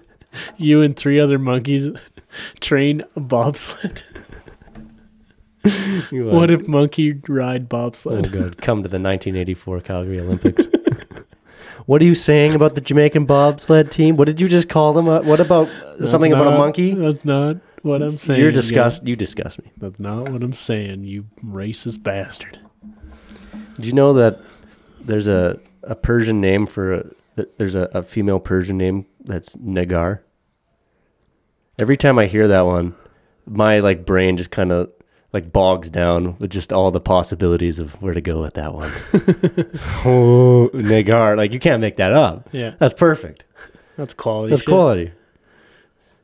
[SPEAKER 1] you and three other monkeys train a bobsled. What if monkey ride
[SPEAKER 2] Oh
[SPEAKER 1] bobsled?
[SPEAKER 2] god, come to the 1984 Calgary Olympics. what are you saying about the Jamaican bobsled team? What did you just call them? Uh, What about
[SPEAKER 1] That's
[SPEAKER 2] something about a
[SPEAKER 1] not-
[SPEAKER 2] monkey?
[SPEAKER 1] That's not what I'm saying.
[SPEAKER 2] You're
[SPEAKER 1] guy.
[SPEAKER 2] disgust. You disgust me.
[SPEAKER 1] That's not what I'm saying, you racist bastard.
[SPEAKER 2] Do you know that there's a, a Persian name for a, that there's a, a female Persian name that's Nagar. Every time I hear that one, my like brain just kind of like bogs down with just all the possibilities of where to go with that one. oh, Nagar, like you can't make that up.
[SPEAKER 1] Yeah,
[SPEAKER 2] That's perfect.
[SPEAKER 1] that's quality.
[SPEAKER 2] That's
[SPEAKER 1] shit.
[SPEAKER 2] quality.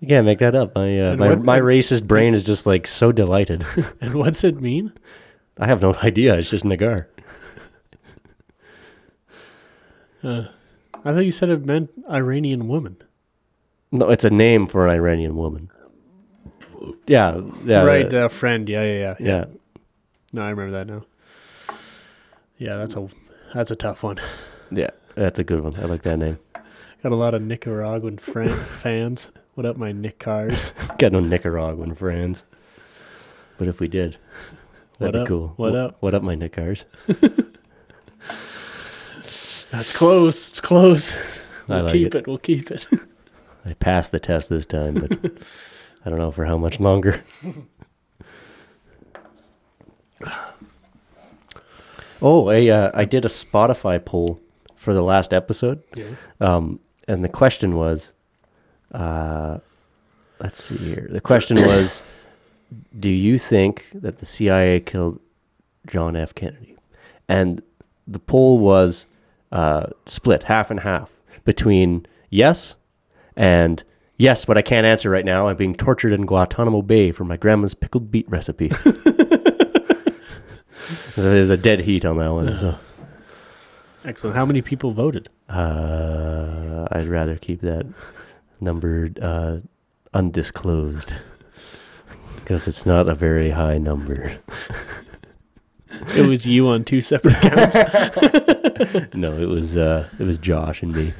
[SPEAKER 2] You can't make that up. My uh,
[SPEAKER 1] And
[SPEAKER 2] my,
[SPEAKER 1] what-
[SPEAKER 2] my racist brain is just like so delighted.
[SPEAKER 1] And what's it mean?
[SPEAKER 2] I have no idea. It's just Nagar.
[SPEAKER 1] Uh, I thought you said it meant Iranian woman.
[SPEAKER 2] No, it's a name for an Iranian woman. Yeah, yeah,
[SPEAKER 1] right,
[SPEAKER 2] yeah.
[SPEAKER 1] uh, friend. Yeah, yeah, yeah,
[SPEAKER 2] yeah.
[SPEAKER 1] No, I remember that now. Yeah, that's a that's a tough one.
[SPEAKER 2] Yeah, that's a good one. I like that name.
[SPEAKER 1] Got a lot of Nicaraguan fran- fans. What up, my Nick cars?
[SPEAKER 2] Got no Nicaraguan friends, but if we did,
[SPEAKER 1] What
[SPEAKER 2] that'd be
[SPEAKER 1] up?
[SPEAKER 2] cool.
[SPEAKER 1] What
[SPEAKER 2] Wh-
[SPEAKER 1] up?
[SPEAKER 2] What up, my Nicars?
[SPEAKER 1] That's close. It's close.
[SPEAKER 2] I
[SPEAKER 1] We'll
[SPEAKER 2] like
[SPEAKER 1] keep it. We'll keep it.
[SPEAKER 2] I passed the test this time, but I don't know for how much longer. oh, I, uh, I did a Spotify poll for the last episode,
[SPEAKER 1] Yeah.
[SPEAKER 2] um, and the question was, uh, let's see here. The question was, do you think that the CIA killed John F. Kennedy? And the poll was uh, split half and half between yes and yes, but I can't answer right now. I'm being tortured in Guantanamo Bay for my grandma's pickled beet recipe. so there's a dead heat on that one. So.
[SPEAKER 1] Excellent. How many people voted?
[SPEAKER 2] Uh, I'd rather keep that number uh, undisclosed because it's not a very high number.
[SPEAKER 1] It was you on two separate accounts.
[SPEAKER 2] No, it was uh, it was Josh and me.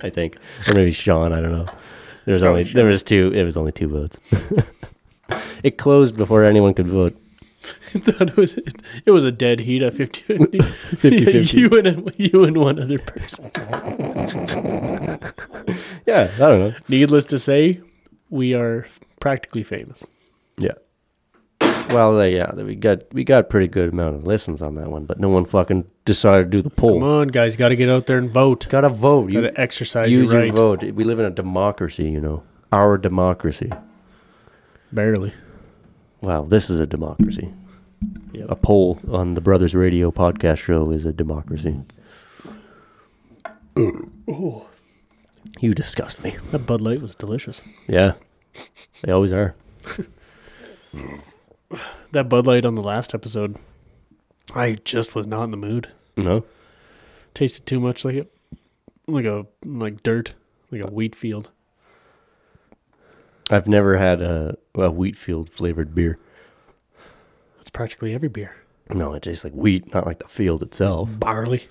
[SPEAKER 2] I think, or maybe Sean. I don't know. There was
[SPEAKER 1] Probably
[SPEAKER 2] only there was two. It was only two votes. it closed before anyone could vote.
[SPEAKER 1] I thought it was it was a dead heat at 50
[SPEAKER 2] 50-50.
[SPEAKER 1] you and you and one other person.
[SPEAKER 2] Yeah, I don't know.
[SPEAKER 1] Needless to say, we are practically famous.
[SPEAKER 2] Yeah. Well, uh, yeah, we got we got pretty good amount of listens on that one, but no one fucking decided to do the
[SPEAKER 1] Come
[SPEAKER 2] poll.
[SPEAKER 1] on, guys, got to get out there and vote.
[SPEAKER 2] Got to vote.
[SPEAKER 1] Got
[SPEAKER 2] Oh. You
[SPEAKER 1] to exercise your
[SPEAKER 2] use
[SPEAKER 1] right.
[SPEAKER 2] your vote. We live in a democracy, you know. Our democracy.
[SPEAKER 1] Barely.
[SPEAKER 2] Wow, this is a democracy.
[SPEAKER 1] Yep.
[SPEAKER 2] A poll on the Brothers Radio podcast show is a democracy. You disgust me.
[SPEAKER 1] That Bud Light was delicious.
[SPEAKER 2] Yeah, they always are.
[SPEAKER 1] That Bud Light on the last episode, I just was not in the mood.
[SPEAKER 2] No,
[SPEAKER 1] Tasted too much like it, like a like dirt, like a wheat field.
[SPEAKER 2] I've never had a, a wheat field flavored beer.
[SPEAKER 1] That's practically every beer.
[SPEAKER 2] No, it tastes like wheat, not like the field itself.
[SPEAKER 1] Barley.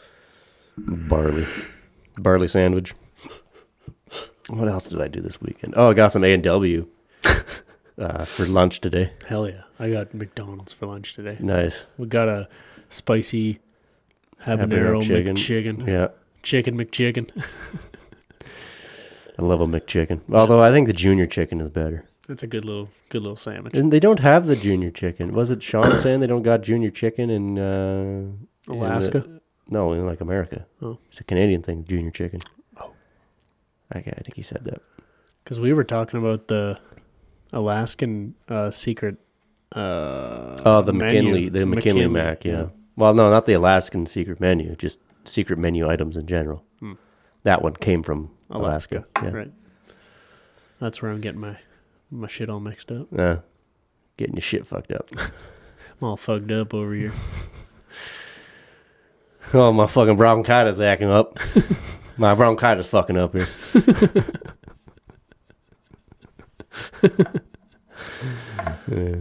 [SPEAKER 2] barley barley sandwich what else did i do this weekend oh i got some a&w uh, for lunch today
[SPEAKER 1] Hell yeah! I got McDonald's for lunch today.
[SPEAKER 2] nice
[SPEAKER 1] We got a spicy
[SPEAKER 2] Habanero
[SPEAKER 1] habanero,
[SPEAKER 2] chicken.
[SPEAKER 1] McChicken.
[SPEAKER 2] yeah
[SPEAKER 1] Chicken McChicken.
[SPEAKER 2] i love a mcchicken although i think the junior chicken is better
[SPEAKER 1] That's a good little good little sandwich.
[SPEAKER 2] and they don't have the junior chicken was it sean saying they don't got junior chicken in uh, in, uh,
[SPEAKER 1] Alaska.
[SPEAKER 2] no in like america
[SPEAKER 1] Oh.
[SPEAKER 2] it's a canadian thing junior chicken
[SPEAKER 1] Oh.
[SPEAKER 2] okay i think he said that
[SPEAKER 1] Because we were talking about the Alaskan uh, secret. Uh,
[SPEAKER 2] oh the
[SPEAKER 1] menu.
[SPEAKER 2] mckinley the mckinley, mac yeah. well no not the alaskan secret menu just secret menu items in general
[SPEAKER 1] Hmm.
[SPEAKER 2] that one came from alaska,
[SPEAKER 1] Alaska,
[SPEAKER 2] yeah
[SPEAKER 1] Right. That's where I'm getting my my shit all mixed up.
[SPEAKER 2] Yeah. getting your shit fucked up
[SPEAKER 1] I'm all fucked up over here.
[SPEAKER 2] oh my fucking bronchitis is acting up my bronchitis fucking up here Yeah.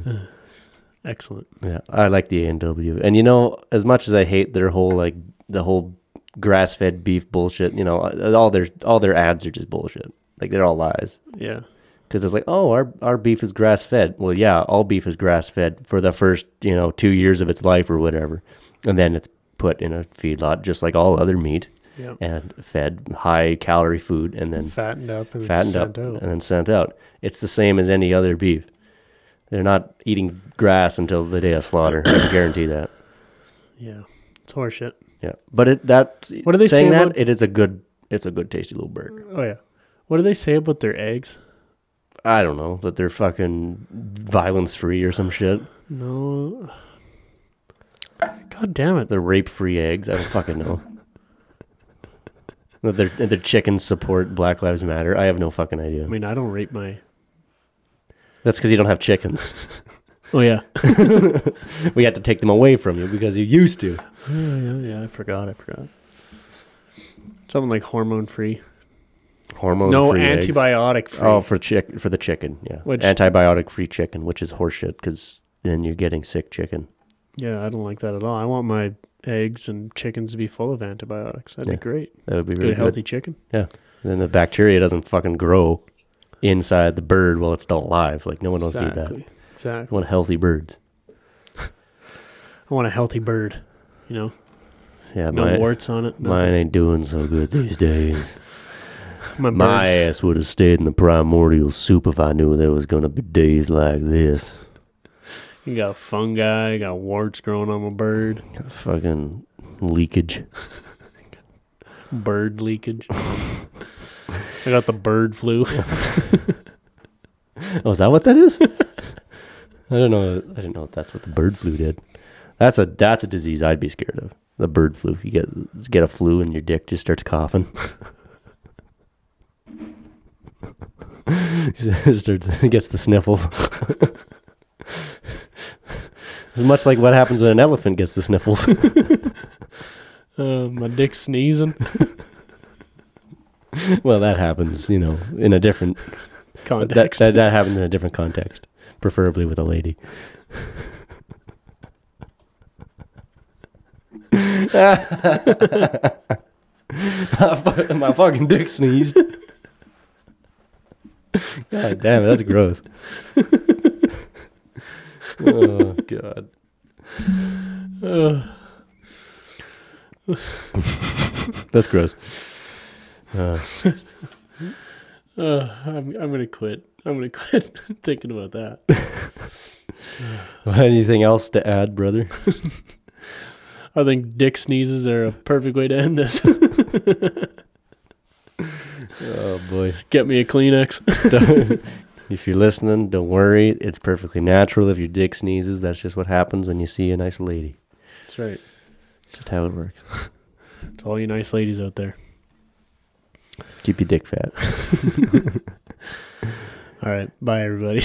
[SPEAKER 1] Excellent.
[SPEAKER 2] yeah i like the a&w and you know as much as i hate their whole like the whole grass-fed beef bullshit you know all their all their ads are just bullshit like they're all lies
[SPEAKER 1] Yeah.
[SPEAKER 2] because it's like, oh, our our beef is grass fed. Well, yeah, all beef is grass fed for the first you know two years of its life or whatever, and then it's put in a feedlot just like all other meat
[SPEAKER 1] Yeah.
[SPEAKER 2] and fed high calorie food and then
[SPEAKER 1] fattened up and
[SPEAKER 2] fattened
[SPEAKER 1] sent
[SPEAKER 2] up
[SPEAKER 1] out.
[SPEAKER 2] and then sent out. It's the same as any other beef. They're not eating grass until the day of slaughter. I can guarantee that.
[SPEAKER 1] Yeah. It's horseshit.
[SPEAKER 2] Yeah, but it that
[SPEAKER 1] What do they
[SPEAKER 2] saying
[SPEAKER 1] say
[SPEAKER 2] that
[SPEAKER 1] about-
[SPEAKER 2] it is a good it's a good tasty little burger.
[SPEAKER 1] Oh yeah. What do they say about their eggs?
[SPEAKER 2] I don't know that they're fucking violence free or some shit.
[SPEAKER 1] No. God damn it.
[SPEAKER 2] They're rape free eggs. I don't fucking know. That their their chickens support Black Lives Matter. I have no fucking idea.
[SPEAKER 1] I mean, I don't rape my.
[SPEAKER 2] That's because you don't have chickens.
[SPEAKER 1] Oh yeah.
[SPEAKER 2] we had to take them away from you because you used to.
[SPEAKER 1] Oh, yeah, yeah. I forgot. I forgot. Something like hormone free.
[SPEAKER 2] Hormone
[SPEAKER 1] No
[SPEAKER 2] Oh, free eggs.
[SPEAKER 1] antibiotic free.
[SPEAKER 2] Oh, for chick for the chicken. Yeah,
[SPEAKER 1] Which-
[SPEAKER 2] antibiotic free chicken, which is horseshit because then you're getting sick chicken.
[SPEAKER 1] Yeah, I don't like that at all. I want my eggs and chickens to be full of antibiotics. That'd
[SPEAKER 2] Yeah,
[SPEAKER 1] be great.
[SPEAKER 2] That would be
[SPEAKER 1] Good
[SPEAKER 2] really good.
[SPEAKER 1] healthy chicken.
[SPEAKER 2] Then the bacteria doesn't fucking grow inside the bird while it's still alive. Like no one wants to do that.
[SPEAKER 1] exactly.
[SPEAKER 2] I
[SPEAKER 1] Exactly.
[SPEAKER 2] want healthy birds.
[SPEAKER 1] I want a healthy bird. You know,
[SPEAKER 2] Yeah,
[SPEAKER 1] no
[SPEAKER 2] my,
[SPEAKER 1] warts on it.
[SPEAKER 2] mine
[SPEAKER 1] nothing.
[SPEAKER 2] ain't doing so good these days.
[SPEAKER 1] my bird.
[SPEAKER 2] my ass would have stayed in the primordial soup if I knew there was gonna be days like this.
[SPEAKER 1] You got fungi. You got warts growing on my bird.
[SPEAKER 2] Fucking leakage.
[SPEAKER 1] Bird leakage. I got the bird flu.
[SPEAKER 2] Oh, is that what that is? I don't know. I didn't know if that's what the bird flu did. That's a that's a disease I'd be scared of. The bird flu. You get get a flu and your dick just starts coughing. starts, gets the sniffles. it's much like what happens when an elephant gets the sniffles.
[SPEAKER 1] Uh, my dick sneezing.
[SPEAKER 2] well, that happens, you know, in a different But that,
[SPEAKER 1] Context.
[SPEAKER 2] that that happens in a different context, preferably with a lady. my, fu- my fucking dick sneezed. God damn it, that's gross. oh god.
[SPEAKER 1] Uh,
[SPEAKER 2] that's gross. Uh,
[SPEAKER 1] uh, I'm, I'm gonna quit. I'm gonna quit thinking about that.
[SPEAKER 2] anything else to add, brother?
[SPEAKER 1] I think dick sneezes are a perfect way to end this.
[SPEAKER 2] Oh boy.
[SPEAKER 1] Get me a Kleenex.
[SPEAKER 2] Don't- if you're listening, don't worry. It's perfectly natural if your dick sneezes. That's just what happens when you see a nice lady.
[SPEAKER 1] That's right.
[SPEAKER 2] It's just how it works.
[SPEAKER 1] To all you nice ladies out there.
[SPEAKER 2] Keep your dick fat.
[SPEAKER 1] All right. Bye, everybody.